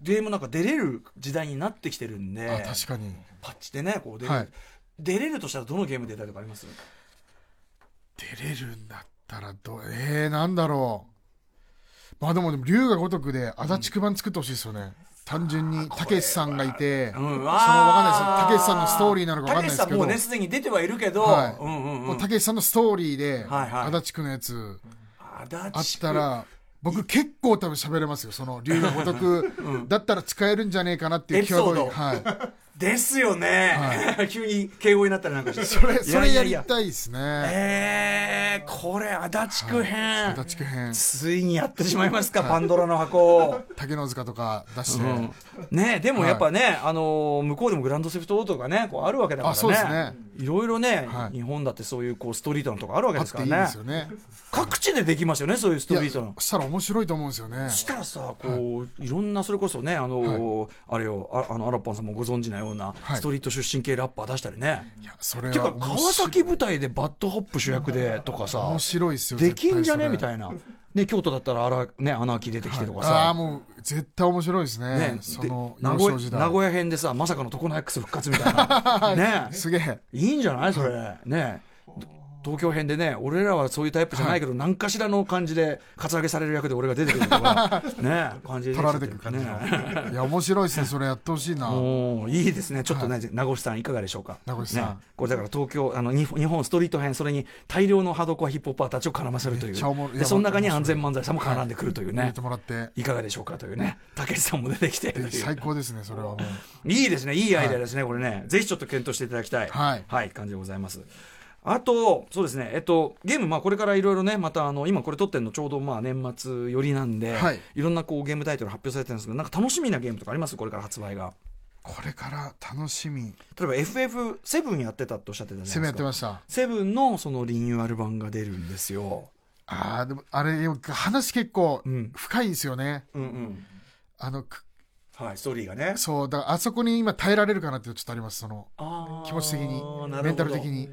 Speaker 1: ゲームなんか出れる時代になってきてるんで、
Speaker 2: あ確かに
Speaker 1: パッチでね、こう出る、
Speaker 2: はい
Speaker 1: 出れるとしたらどのゲーム出たいとかあります
Speaker 2: 出れるんだったらどえー、なんだろうまあでもでも龍が如くで足立区版作ってほしいですよね、単純にたけしさんがいて、そのわかんないですたけしさんのストーリーなのかわかんないですけ
Speaker 1: たけしさんも
Speaker 2: ど
Speaker 1: うね、すでに出てはいるけど、
Speaker 2: はい
Speaker 1: うんうんう
Speaker 2: も
Speaker 1: ん
Speaker 2: う。たけしさんのストーリーで、
Speaker 1: はいはい
Speaker 2: 足立区のやつあ
Speaker 1: あ
Speaker 2: った、ら僕結構多分喋れますよその龍が如くだったら使えるんじゃねえかなっていう際どい
Speaker 1: エピソード
Speaker 2: はい、
Speaker 1: ですよね、 急に敬語になったりなんかして。
Speaker 2: それそれや
Speaker 1: いやいやい
Speaker 2: り
Speaker 1: や
Speaker 2: たいですね
Speaker 1: えー、これ、足立区編、
Speaker 2: 足立区編
Speaker 1: ついにやってしまいますか、パンドラの箱を。
Speaker 2: 竹の塚とか出して、
Speaker 1: うんねでもやっぱね、あのー向こうでもグランドセフトオートがねこうあるわけだからね
Speaker 2: あそうですね
Speaker 1: いろいろね、
Speaker 2: はい
Speaker 1: 日本だってそういうこうストリートのとこあるわけ
Speaker 2: あ
Speaker 1: で
Speaker 2: っ
Speaker 1: す
Speaker 2: て
Speaker 1: か
Speaker 2: いいで
Speaker 1: らね
Speaker 2: すよね
Speaker 1: 各地でできますよねそういうス
Speaker 2: い
Speaker 1: ト
Speaker 2: や
Speaker 1: リートの
Speaker 2: そしたら面白いと思うんですよね
Speaker 1: そしたらさこう、い、ろんなそれこそねあのーあれよああのアラッパンさんもご存知なような、
Speaker 2: はい
Speaker 1: ストリート出身系ラッパー出したりね
Speaker 2: いやそれ
Speaker 1: ていう
Speaker 2: は
Speaker 1: か
Speaker 2: 面白い
Speaker 1: 川崎舞台でバッドホップ主役でとかさ
Speaker 2: 面白いですよ
Speaker 1: できんじゃねみ
Speaker 2: い
Speaker 1: たいな、ね、京都だったらあら、ね、穴あき出てきてとかさ、
Speaker 2: ああーもう絶対面白いですね
Speaker 1: ね、
Speaker 2: そ
Speaker 1: で
Speaker 2: の
Speaker 1: 名
Speaker 2: 幼
Speaker 1: 古
Speaker 2: 少
Speaker 1: 屋
Speaker 2: 時
Speaker 1: 名
Speaker 2: 代
Speaker 1: 古屋編でさまさかの常夏 X 復活みたい なね
Speaker 2: すげえ
Speaker 1: いいんじゃないそれね東京編でね俺らはそういうタイプじゃないけど、何かしらの感じでカツアゲされる役で俺が出てくると かね感じで
Speaker 2: 取られてく感じの、
Speaker 1: ね
Speaker 2: いや面白いですねそれやってほしいな
Speaker 1: おーいいですね、ちょっとね、名越さん、いかがでしょうか、
Speaker 2: 名越さん
Speaker 1: ねこれだから東京、あの日本日本ストリート編、それに大量のハードコアヒップホッパーたちを絡ませるとい
Speaker 2: めっちゃおも
Speaker 1: う、
Speaker 2: ろい
Speaker 1: でその中に安全漫才さんも絡んでくるという
Speaker 2: 入れ
Speaker 1: ね
Speaker 2: て、もらって
Speaker 1: いかがでしょうかというね、たけしさんも出てきてという、
Speaker 2: 最高ですねそれはもう
Speaker 1: いいですね、いいアイデアですね、これね、ぜひちょっと検討していただきたい、
Speaker 2: はい
Speaker 1: 感じでございます。あと、そうですね、えっと、ゲーム、まあ、これからいろいろね、また、あの、今これ撮ってるのちょうど、まあ、年末寄りなんで、
Speaker 2: はいい、
Speaker 1: ろんな、こう、ゲームタイトル発表されてるんですけど、なんか楽しみなゲームとかありますこれから発売が。
Speaker 2: これから楽しみ
Speaker 1: 例えば FF7 やってたとおっしゃってたじゃ
Speaker 2: 攻
Speaker 1: な
Speaker 2: め
Speaker 1: い
Speaker 2: や
Speaker 1: で
Speaker 2: っ
Speaker 1: す
Speaker 2: てま
Speaker 1: か。
Speaker 2: した
Speaker 1: セブンのそのリニューアル版が出るんですよ。
Speaker 2: ああでもあれよ話結構
Speaker 1: うん
Speaker 2: 深いんですよね、
Speaker 1: うんうん。
Speaker 2: あのく
Speaker 1: はい、ストーリーがね。
Speaker 2: そうだからあそこに今耐えられるかなってちょっとありますその
Speaker 1: あー
Speaker 2: 気持ち的に
Speaker 1: なるほど
Speaker 2: メンタル的に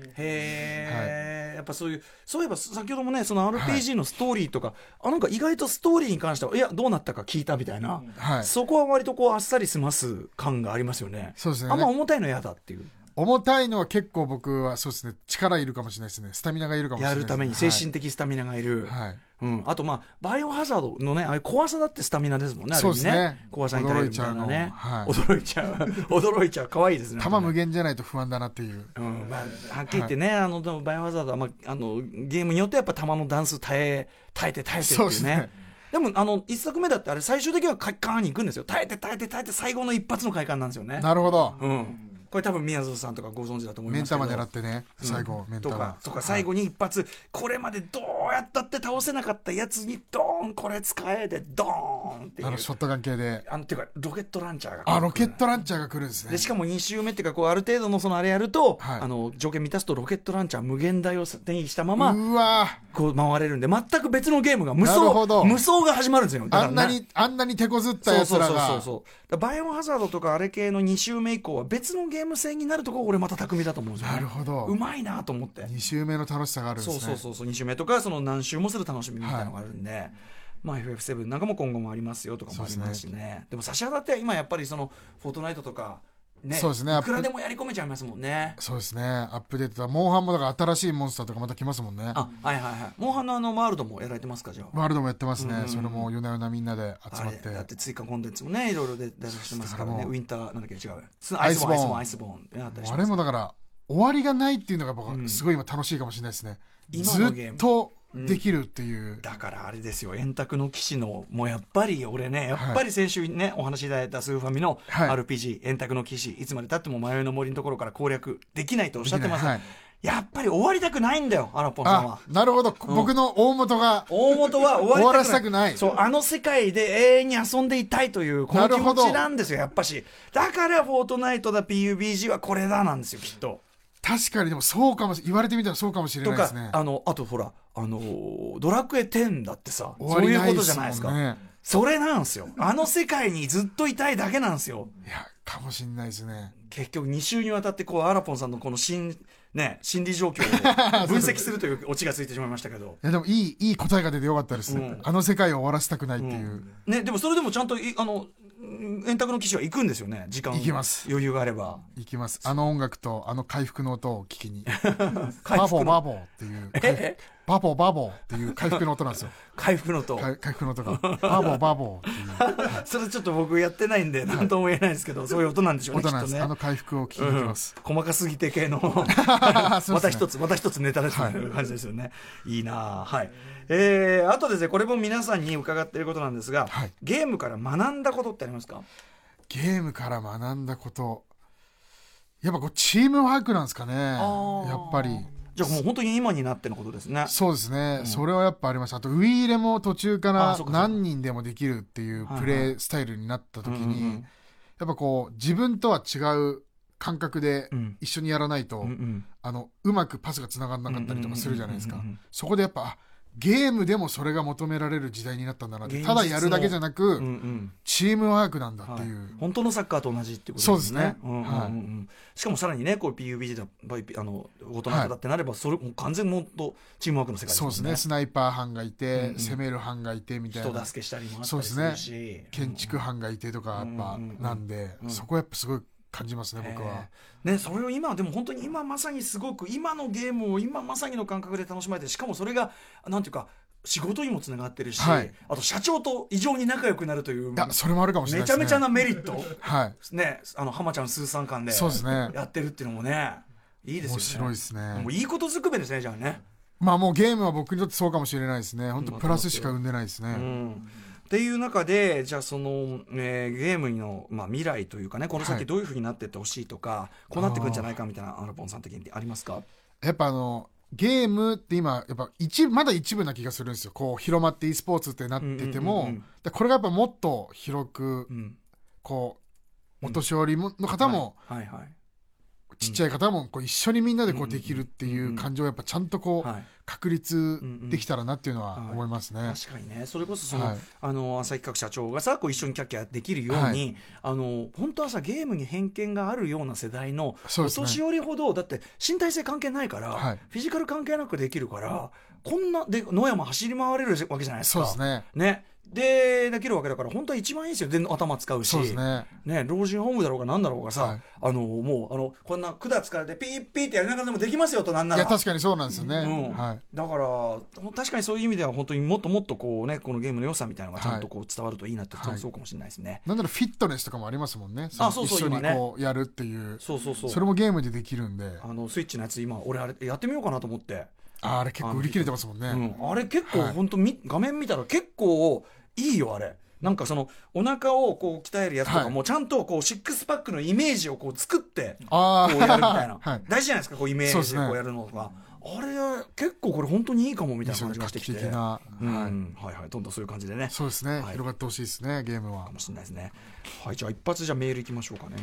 Speaker 1: へえ、やっぱそういうそういえば先ほどもねその RPG のストーリーとか、あなんか意外とストーリーに関してはいやどうなったか聞いたみたいな、
Speaker 2: はい
Speaker 1: そこは割とこうあっさり済ます感がありますよね
Speaker 2: そうですね
Speaker 1: あんま重たいの嫌だっていう
Speaker 2: 重たいのは結構僕はそうですね力いるかもしれないですねスタミナがいるかもしれな
Speaker 1: や
Speaker 2: いです、ね、
Speaker 1: るために精神的スタミナがいる、
Speaker 2: はい、はい
Speaker 1: うん、あとまあバイオハザードのねあれ怖さだってスタミナですもんねあれ
Speaker 2: そうですね
Speaker 1: 怖さに耐えるみたいなね驚
Speaker 2: 驚
Speaker 1: いちゃう,、驚いちゃう可愛いですね
Speaker 2: 弾無限じゃないと不安だなっていう
Speaker 1: うんまあ、はっきり言ってね、あのでもバイオハザードは、まあ、あのゲームによってやっぱ弾の段数耐え耐えて耐えてって
Speaker 2: そう
Speaker 1: い
Speaker 2: で
Speaker 1: う
Speaker 2: す
Speaker 1: ね
Speaker 2: ね
Speaker 1: でもあの一作目だってあれ最終的には快感に行くんですよ耐えて耐えて耐えて最後の一発の快感なんですよね、
Speaker 2: なるほど
Speaker 1: うん、これ多分宮園さんとかご存知だと思い
Speaker 2: メ
Speaker 1: ま
Speaker 2: ン
Speaker 1: すけ
Speaker 2: タ
Speaker 1: ど
Speaker 2: マ狙ってね最後、メンタ
Speaker 1: と
Speaker 2: マ
Speaker 1: かとか最後に一発、これまでどうやったって倒せなかったやつにドーンこれ使えでドーンっていう
Speaker 2: あのショットガン系で
Speaker 1: あのっていうかロケットランチャーが
Speaker 2: あロケットランチャーが来るんですね
Speaker 1: でしかも2周目っていうかこうある程度のそのあれやると、
Speaker 2: はい
Speaker 1: あの条件満たすとロケットランチャー無限大を手にしたまま、
Speaker 2: うわ
Speaker 1: こう回れるんで全く別のゲームが無
Speaker 2: なるほ
Speaker 1: 双
Speaker 2: ど
Speaker 1: 無双が始まるんですよだ
Speaker 2: ー
Speaker 1: か
Speaker 2: あ
Speaker 1: ら
Speaker 2: ん
Speaker 1: ね
Speaker 2: なにあんなに手こずった
Speaker 1: そう
Speaker 2: やつ
Speaker 1: そう
Speaker 2: ら
Speaker 1: そ
Speaker 2: が
Speaker 1: うそうそうだからバイオハザードとかあれ系の2周目以降は別のゲーム性になるとこが俺また巧みだと思うんですよ、
Speaker 2: なるほど
Speaker 1: うまいなと思って
Speaker 2: 2周目の楽しさがあるんです
Speaker 1: そう
Speaker 2: ね
Speaker 1: そうそうそう2周目とかその何周もする楽しみみたいなのがあるんで、まあ FF7 なんかも今後もありますよとかもありますしねでも差し当たっては今やっぱりそのフォートナイトとかね
Speaker 2: そうですね
Speaker 1: いくらでもやり込めちゃいますもんね
Speaker 2: そうですねアップデートだモンハンもだから新しいモンスターとかまた来ますもんね
Speaker 1: あはいはいはいモンハンのあのワールドもやられてますかじゃあ
Speaker 2: ワールドもやってますね、
Speaker 1: うんうん
Speaker 2: それも夜な夜なみんなで集
Speaker 1: あ
Speaker 2: ま
Speaker 1: れ
Speaker 2: って
Speaker 1: だって追加コンテンツもねいろいろで出してますからね
Speaker 2: だからも
Speaker 1: ウ
Speaker 2: う
Speaker 1: ィンターなんだっけ違うすア
Speaker 2: ア
Speaker 1: イ
Speaker 2: イ
Speaker 1: ス
Speaker 2: ス
Speaker 1: ボ
Speaker 2: ボ
Speaker 1: ー
Speaker 2: ー
Speaker 1: ン
Speaker 2: ン
Speaker 1: アイスボーンアイスボーンってなったりし
Speaker 2: あ
Speaker 1: ま
Speaker 2: れ
Speaker 1: す
Speaker 2: もだから終わりがないっていうのが僕
Speaker 1: ん
Speaker 2: はすごい今楽しいかもしれないですね、
Speaker 1: 今
Speaker 2: ず
Speaker 1: のゲーム
Speaker 2: っとできるっていう、
Speaker 1: だからあれですよ円卓の騎士のもうやっぱり俺ねやっぱり先週ね、お話しいただいたスーファミの
Speaker 2: はい
Speaker 1: RPG、円卓の騎士いつまでたっても迷いの森のところから攻略できないとおっしゃってます、
Speaker 2: できないは
Speaker 1: やっぱり終わりたくないんだよアラポンさんは
Speaker 2: あなるほど、僕の大元が
Speaker 1: 大元は終わりたくない
Speaker 2: 終わらせたくない
Speaker 1: そうあの世界で永遠に遊んでいたいというこの
Speaker 2: なる
Speaker 1: 気
Speaker 2: ほ
Speaker 1: 持
Speaker 2: ど
Speaker 1: ちなんですよやっぱしだから「フォートナイトだ PUBG はこれだ」なんですよきっと。
Speaker 2: 確かにでもそうかもし言われてみたらそうかもしれ
Speaker 1: と
Speaker 2: ないで
Speaker 1: か
Speaker 2: すね
Speaker 1: あのあとほら「あのードラクエ10」だってさ
Speaker 2: 終わ
Speaker 1: そうい
Speaker 2: り
Speaker 1: う
Speaker 2: な
Speaker 1: こ
Speaker 2: い
Speaker 1: と
Speaker 2: で
Speaker 1: じゃ
Speaker 2: すも
Speaker 1: なんい
Speaker 2: ね
Speaker 1: ですか。それなんですよあの世界にずっといたいだけなんですよ
Speaker 2: いやかもしれないですね
Speaker 1: 結局2週にわたってこうアラポンさんのこの心,、ね、心理 状況を分析するというオチがついてしまいましたけど、
Speaker 2: いやでもいいいい答えが出てよかったですね、
Speaker 1: うん
Speaker 2: あの世界を終わらせたくないっていう、
Speaker 1: ね、でもそれでもちゃんといあの円卓の騎士は行くんですよね時間
Speaker 2: 行きます
Speaker 1: 余裕があれば
Speaker 2: 行きますあの音楽とあの回復の音を聞きに
Speaker 1: 回
Speaker 2: バボ
Speaker 1: 復の
Speaker 2: バボっていう回復バボバボっていう回復の音なんで すよ
Speaker 1: 回復のと
Speaker 2: 回回復の音がバボバボっていう
Speaker 1: それちょっと僕やってないんで何とも言えないですけどそういう音なんでしょうねき
Speaker 2: 音
Speaker 1: っ
Speaker 2: なん
Speaker 1: と
Speaker 2: です、
Speaker 1: ね
Speaker 2: あの回復を聞き
Speaker 1: う
Speaker 2: に行き
Speaker 1: ん
Speaker 2: ます、
Speaker 1: 細かすぎて 系の
Speaker 2: そうです ね
Speaker 1: また一つまた一つネタですね、いう感じですよねいいなあはいえー、あとですねこれも皆さんに伺っていることなんですが、
Speaker 2: はい
Speaker 1: ゲームから学んだことってありますか
Speaker 2: ゲームから学んだことやっぱこうチームワークなんですかね
Speaker 1: ー
Speaker 2: やっぱり
Speaker 1: じゃあもう本当に今になってのことですね
Speaker 2: そうですね、それはやっぱありましたあとウィーレも途中か
Speaker 1: あ
Speaker 2: ら
Speaker 1: そうかそうか
Speaker 2: 何人でもできるっていうプレースタイルになった時
Speaker 1: うんうんう
Speaker 2: に
Speaker 1: ん
Speaker 2: やっぱこう自分とは違う感覚で
Speaker 1: うん
Speaker 2: 一緒にやらないと、
Speaker 1: うんうん
Speaker 2: あのうまくパスがつながんなかったりとかするじゃないです
Speaker 1: うん
Speaker 2: か
Speaker 1: うんうんうん
Speaker 2: そこでやっぱあゲームでもそれが求められる時代になったんだなって
Speaker 1: 現実
Speaker 2: た
Speaker 1: の
Speaker 2: だやるだけじゃなく、
Speaker 1: うんうん
Speaker 2: チームワークなんだっていう、
Speaker 1: はい本当のサッカーと同じってこと
Speaker 2: そうですね
Speaker 1: うんうんうんうん
Speaker 2: はい
Speaker 1: しかもさらにねこう PUBG だ PUBG あの大人だってなれば、それもう完全にもっとチームワークの世界
Speaker 2: そうですねスナイパー班がいて、
Speaker 1: うんうん
Speaker 2: 攻める班がいてみたいな
Speaker 1: 人助けしたりもあったりするし、
Speaker 2: 建築班がいてとかやっぱ
Speaker 1: うんうんうん
Speaker 2: なんで、
Speaker 1: うん
Speaker 2: そこやっぱすごい感じますね僕は、
Speaker 1: えーね、それを今でも本当に今まさにすごく今のゲームを今まさにの感覚で楽しまれてしかもそれがなんていうか仕事にもつながってるし、
Speaker 2: はい
Speaker 1: あと社長と異常に仲良くなるという
Speaker 2: いやそれもあるかもしれ
Speaker 1: め
Speaker 2: な
Speaker 1: ち
Speaker 2: いで
Speaker 1: ゃ
Speaker 2: すね
Speaker 1: めちゃなメリット
Speaker 2: はい
Speaker 1: ねあの浜ちゃんスーさん間で
Speaker 2: そうですね
Speaker 1: やってるっていうのもねいいですよね
Speaker 2: 面白いですね
Speaker 1: もういいことずくめですねじゃあね。
Speaker 2: まあもうゲームは僕にとってそうかもしれないですね本当プラスしか生んでないですね、
Speaker 1: うんっていう中でじゃあその、えーゲームの、まあ、未来というかねこの
Speaker 2: は
Speaker 1: 先
Speaker 2: い
Speaker 1: どういうふうになってってほしいとか、こうなってくんじゃないかみたいなアルポンさん的にありますか
Speaker 2: やっぱあのゲームって今やっぱ一部まだ一部な気がするんですよこう広まって e スポーツってなってても、
Speaker 1: うんうんうんうん
Speaker 2: でこれがやっぱもっと広く
Speaker 1: うん
Speaker 2: こうお年寄りもの方も、
Speaker 1: はいはいはい
Speaker 2: ちっちゃい方もこう一緒にみんなでこ
Speaker 1: う
Speaker 2: う
Speaker 1: うん
Speaker 2: んできるっていう感情をやっぱちゃんとこう
Speaker 1: はい
Speaker 2: 確立できたらなっていうのは
Speaker 1: うんうん
Speaker 2: 思いますね。
Speaker 1: 確かにねそれこそその、
Speaker 2: はい
Speaker 1: あの朝日企画社長がさこう一緒にキャッキャできるように、
Speaker 2: は
Speaker 1: あの本当はさゲームに偏見があるような世代の、
Speaker 2: そう
Speaker 1: お
Speaker 2: ですね
Speaker 1: 年寄りほどだって身体性関係ないから、
Speaker 2: はい
Speaker 1: フィジカル関係なくできるからこんなで野山走り回れるわけじゃないです
Speaker 2: そう
Speaker 1: か。
Speaker 2: ですね。
Speaker 1: ねでできるわけだから本当は一番いいですよで頭使うし
Speaker 2: そうですね。
Speaker 1: ね老人ホームだろうが何だろうがさ、
Speaker 2: はい
Speaker 1: あのもうあのこんな管疲れてピーピーってやりながらでもできますよとなんないら
Speaker 2: や確かにそうなんですよね。
Speaker 1: うん
Speaker 2: はい。
Speaker 1: だから確かにそういう意味では本当にもっともっとこうねこのゲームの良さみたいなのがちゃんとこう伝わるといいなって、
Speaker 2: はい
Speaker 1: そうかもしれないですね。
Speaker 2: なんならフィットネスとかもありますもんね。
Speaker 1: あ
Speaker 2: の
Speaker 1: そうそう
Speaker 2: 一緒に
Speaker 1: 今ね
Speaker 2: こうやるっていう。
Speaker 1: そうそうそう
Speaker 2: それもゲームでできるんで、
Speaker 1: あのスイッチのやつ今俺あれやってみようかなと思って、
Speaker 2: ああれ結構売り切れてますもんね。
Speaker 1: うん、あれ結構
Speaker 2: はい
Speaker 1: 本当、み画面見たら結構いいよあれなんかそのお腹をこう鍛えるやつとかもちゃんとこうシックスパックのイメージをこう作って
Speaker 2: ああ、
Speaker 1: こうやるみたいな、
Speaker 2: はい。
Speaker 1: 大事じゃないですかこうイメー
Speaker 2: そうで
Speaker 1: ジ
Speaker 2: す
Speaker 1: で
Speaker 2: ね
Speaker 1: こうやるのとか、あれ結構これ本当にいいかもみたいな
Speaker 2: そう
Speaker 1: 感
Speaker 2: い
Speaker 1: じ
Speaker 2: う
Speaker 1: が
Speaker 2: 画
Speaker 1: して
Speaker 2: 期
Speaker 1: きて
Speaker 2: 的な、
Speaker 1: う
Speaker 2: はい。
Speaker 1: んはいはいどんどんそういう感じでね
Speaker 2: そうですね。
Speaker 1: はい
Speaker 2: 広がってほしいですね、ゲームは
Speaker 1: か。もしれないですね。はい、じゃあ一発じゃあメールいきましょうかね。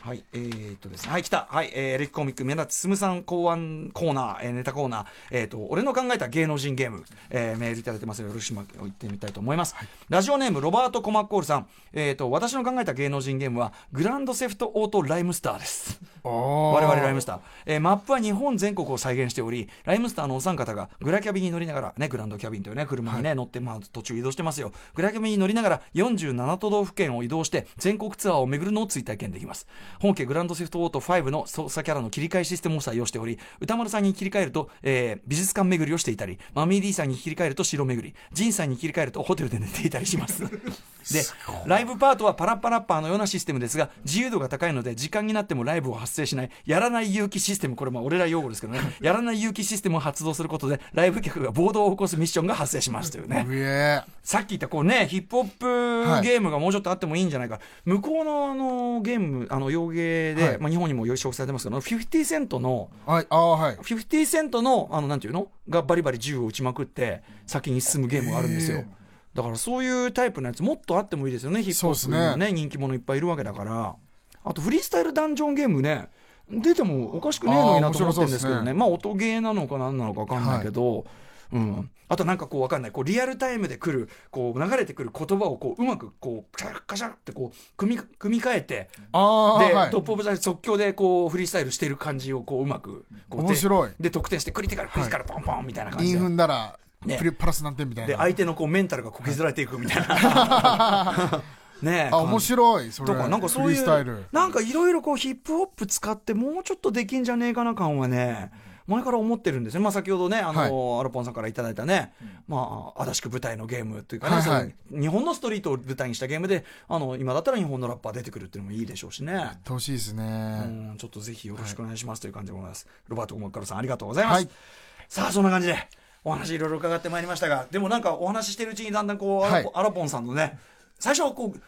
Speaker 1: はい、えー、っとですね。はい、来た。はい、えーエレキコミック、目立つすむさん考案コーナー、えーネタコーナー、えーっと、俺の考えた芸能人ゲーム、えーメールいただいてますのでよろしく言ってみたいと思います。ラジオネーム、ロバート・コマッコールさん、えーっと、私の考えた芸能人ゲームは、グランドセフト・オート・ライムスターです。
Speaker 2: 我
Speaker 1: 我々ライムスター、えーマップは日本全国を再現しておりライムスターのお三方がグラキャビに乗りながらねグランドキャビンというね車にね、乗って、まあ、途中移動してますよグラキャビに乗りながら47都道府県を移動して全国ツアーを巡るのを追体験できます本家グランドセフトオート5の操作キャラの切り替えシステムを採用しており歌丸さんに切り替えると、えー美術館巡りをしていたりマミー D さんに切り替えると城巡りジンさんに切り替えるとホテルで寝ていたりします でライブパートはパラッパラッパーのようなシステムですが自由度が高いので時間になってもライブを発生しないやらない勇気システムこれまあ俺ら用語です けどねやらない勇気システムを発動することでライブ客が暴動を起こすミッションが発生しますというね
Speaker 2: うえ
Speaker 1: さっき言ったこうねヒップホップゲームがもうちょっとあってもいいんじゃないか、向こうのあのゲームあの洋芸で、
Speaker 2: はい
Speaker 1: まあ、日本にもよ紹介されてますけど50セントの
Speaker 2: ーはい。ああ、はい。
Speaker 1: 50セントのあのなんていうのがバリバリ銃を撃ちまくって先に進むゲームがあるんですよ、
Speaker 2: へえ
Speaker 1: だからそういうタイプのやつもっとあってもいいですよねヒップホップ
Speaker 2: そう
Speaker 1: の
Speaker 2: です
Speaker 1: ね人気者いっぱいいるわけだからあとフリースタイルダンジョンゲームね出てもおかしくねえのになと思ってるんですけど
Speaker 2: あー面白そう
Speaker 1: ね
Speaker 2: ですね
Speaker 1: まあ音ゲーなのか何なのか分かんないけど、うん、あとなんかこうわかんないこうリアルタイムで来るこう流れてくる言葉をこううまくこうカシャッカシャッってこう組み組み替えて
Speaker 2: ああ、
Speaker 1: で、
Speaker 2: はい
Speaker 1: トッ。プ・オブ・ザ・即興でこうフリースタイルしてる感じをこううまくこう
Speaker 2: 面白い
Speaker 1: でで得点してクリティカルクリティカルポンポンみたいな感
Speaker 2: イ
Speaker 1: じ
Speaker 2: ン
Speaker 1: で,、
Speaker 2: 踏んだら、
Speaker 1: ね
Speaker 2: プリプラス何点みたい
Speaker 1: で
Speaker 2: な。
Speaker 1: 相手のこうメンタルがこう削られていくみたいなね
Speaker 2: あ、面白い。それ。
Speaker 1: とか、なんかそう
Speaker 2: フリー
Speaker 1: い
Speaker 2: スタイル
Speaker 1: う、。なんかいろいろこうヒップホップ使ってもうちょっとできんじゃねえかな感はね、前から思ってるんですね。まあ先ほどね、あの、アロポンさんからいただいたね、まあ、足しく舞台のゲームというかね、
Speaker 2: はいはい
Speaker 1: その日本のストリートを舞台にしたゲームで、あの、今だったら日本のラッパー出てくるっていうのもいいでしょうしね。
Speaker 2: 楽しいですね。
Speaker 1: うん、ちょっとぜひよろしくお願いしますという感じでございます。ロバート・コマッカルさんありがとうございます。
Speaker 2: はい
Speaker 1: さあ、そんな感じでお話いろいろ伺ってまいりましたが、でもなんかお話ししてるうちにだんだんこう、アラポ
Speaker 2: は
Speaker 1: アラポンさんのね、最初はこう、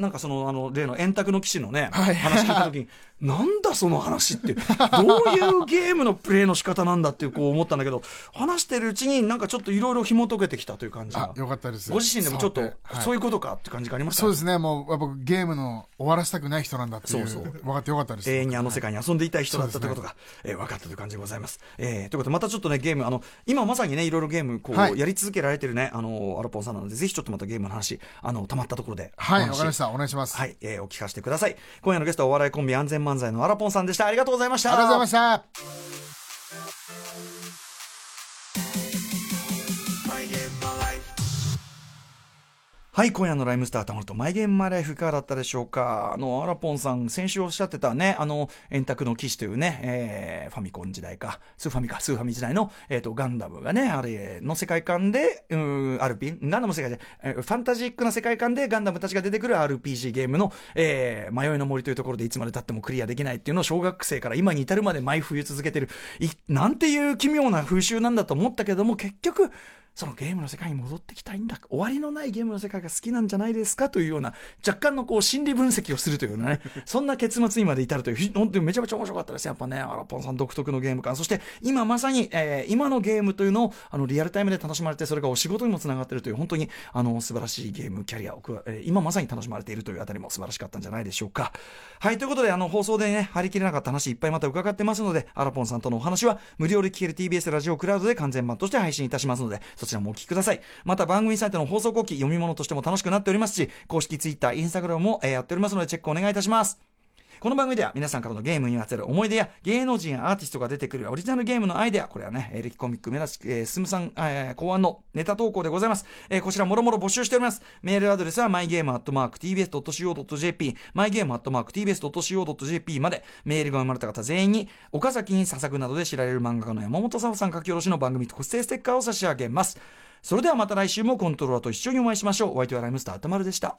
Speaker 1: なんかその、あの、例の円卓の騎士のね、
Speaker 2: はい
Speaker 1: 話聞いたとき に、なんだその話っていう、どういうゲームのプレイの仕方なんだっていうこう思ったんだけど、話してるうちになんかちょっといろいろ紐解けてきたという感じ
Speaker 2: あ
Speaker 1: が、。
Speaker 2: よかったです。
Speaker 1: ご自身でもちょっと
Speaker 2: そうで、はい
Speaker 1: そういうことかって感じがありました
Speaker 2: そうですね。もう、やっぱゲームの終わらせたくない人なんだっていう。
Speaker 1: そうそう
Speaker 2: 分かってよかったです。
Speaker 1: 永遠にあの世界に遊んでいたい人だった
Speaker 2: そう
Speaker 1: と
Speaker 2: で
Speaker 1: いう
Speaker 2: すね
Speaker 1: ことが、えー分かったという感じでございます。えーということで、またちょっとね、ゲーム、あの、今まさにね、いろいろゲーム、こう、
Speaker 2: はい
Speaker 1: やり続けられてるね、あの、アロポンさんなので、ぜひちょっとまたゲームの話、あの、たまったところで。
Speaker 2: はい、
Speaker 1: お話
Speaker 2: わかりました。お願いします。
Speaker 1: はい、えーお聞かせてください。今夜のゲストはお笑いコンビ安全漫才のアラポンさんでした。ありがとうございました。
Speaker 2: ありがとうございました。
Speaker 1: はい、今夜のライムスターたまると、マイゲームマイライフいかがだったでしょうか。あの、アラポンさん、先週おっしゃってたね、あの、円卓の騎士というね、えーファミコン時代か、スーファミか、スーファミ時代の、えっ、と、ガンダムがね、あれの世界観で、うーん、アルピン、ガンダムの世界で、えーファンタジックな世界観でガンダムたちが出てくる RPG ゲームの、えー迷いの森というところでいつまで経ってもクリアできないっていうのを小学生から今に至るまで毎冬続けてる、いなんていう奇妙な風習なんだと思ったけども、結局、そのゲームの世界に戻ってきたいんだ終わりのないゲームの世界が好きなんじゃないですかというような若干のこう心理分析をするというようなねそんな結末にまで至るというひ本当にめちゃめちゃ面白かったですやっぱねアラポンさん独特のゲーム感そして今まさに、えー今のゲームというのをあのリアルタイムで楽しまれてそれがお仕事にもつながっているという本当にあの素晴らしいゲームキャリアをくわ、えー今まさに楽しまれているというあたりも素晴らしかったんじゃないでしょうかはいということであの放送でね張り切れなかった話いっぱいまた伺ってますのでアラポンさんとのお話は無料で聞ける TBS ラジオクラウドで完全版として配信いたしますので、そちらもお聞きください。また番組サイトの放送後期、読み物としても楽しくなっておりますし、公式 Twitter、Instagram もえーやっておりますので、チェックお願いいたします。この番組では皆さんからのゲームにまつわる思い出や芸能人やアーティストが出てくるオリジナルゲームのアイデア、これはね、えー歴コミック、目立ち、えー、すむさん、えー考案のネタ投稿でございます。えーこちらもろもろ募集しております。メールアドレスは mygame.tbs.co.jp、mygame.tbs.co.jp まで、メールが生まれた方全員に、岡崎に捧ぐなどで知られる漫画家の山本沙穂さん書き下ろしの番組特製ステッカーを差し上げます。それではまた来週もコントローラーと一緒にお会いしましょう。お相手はライムスター歌丸でした。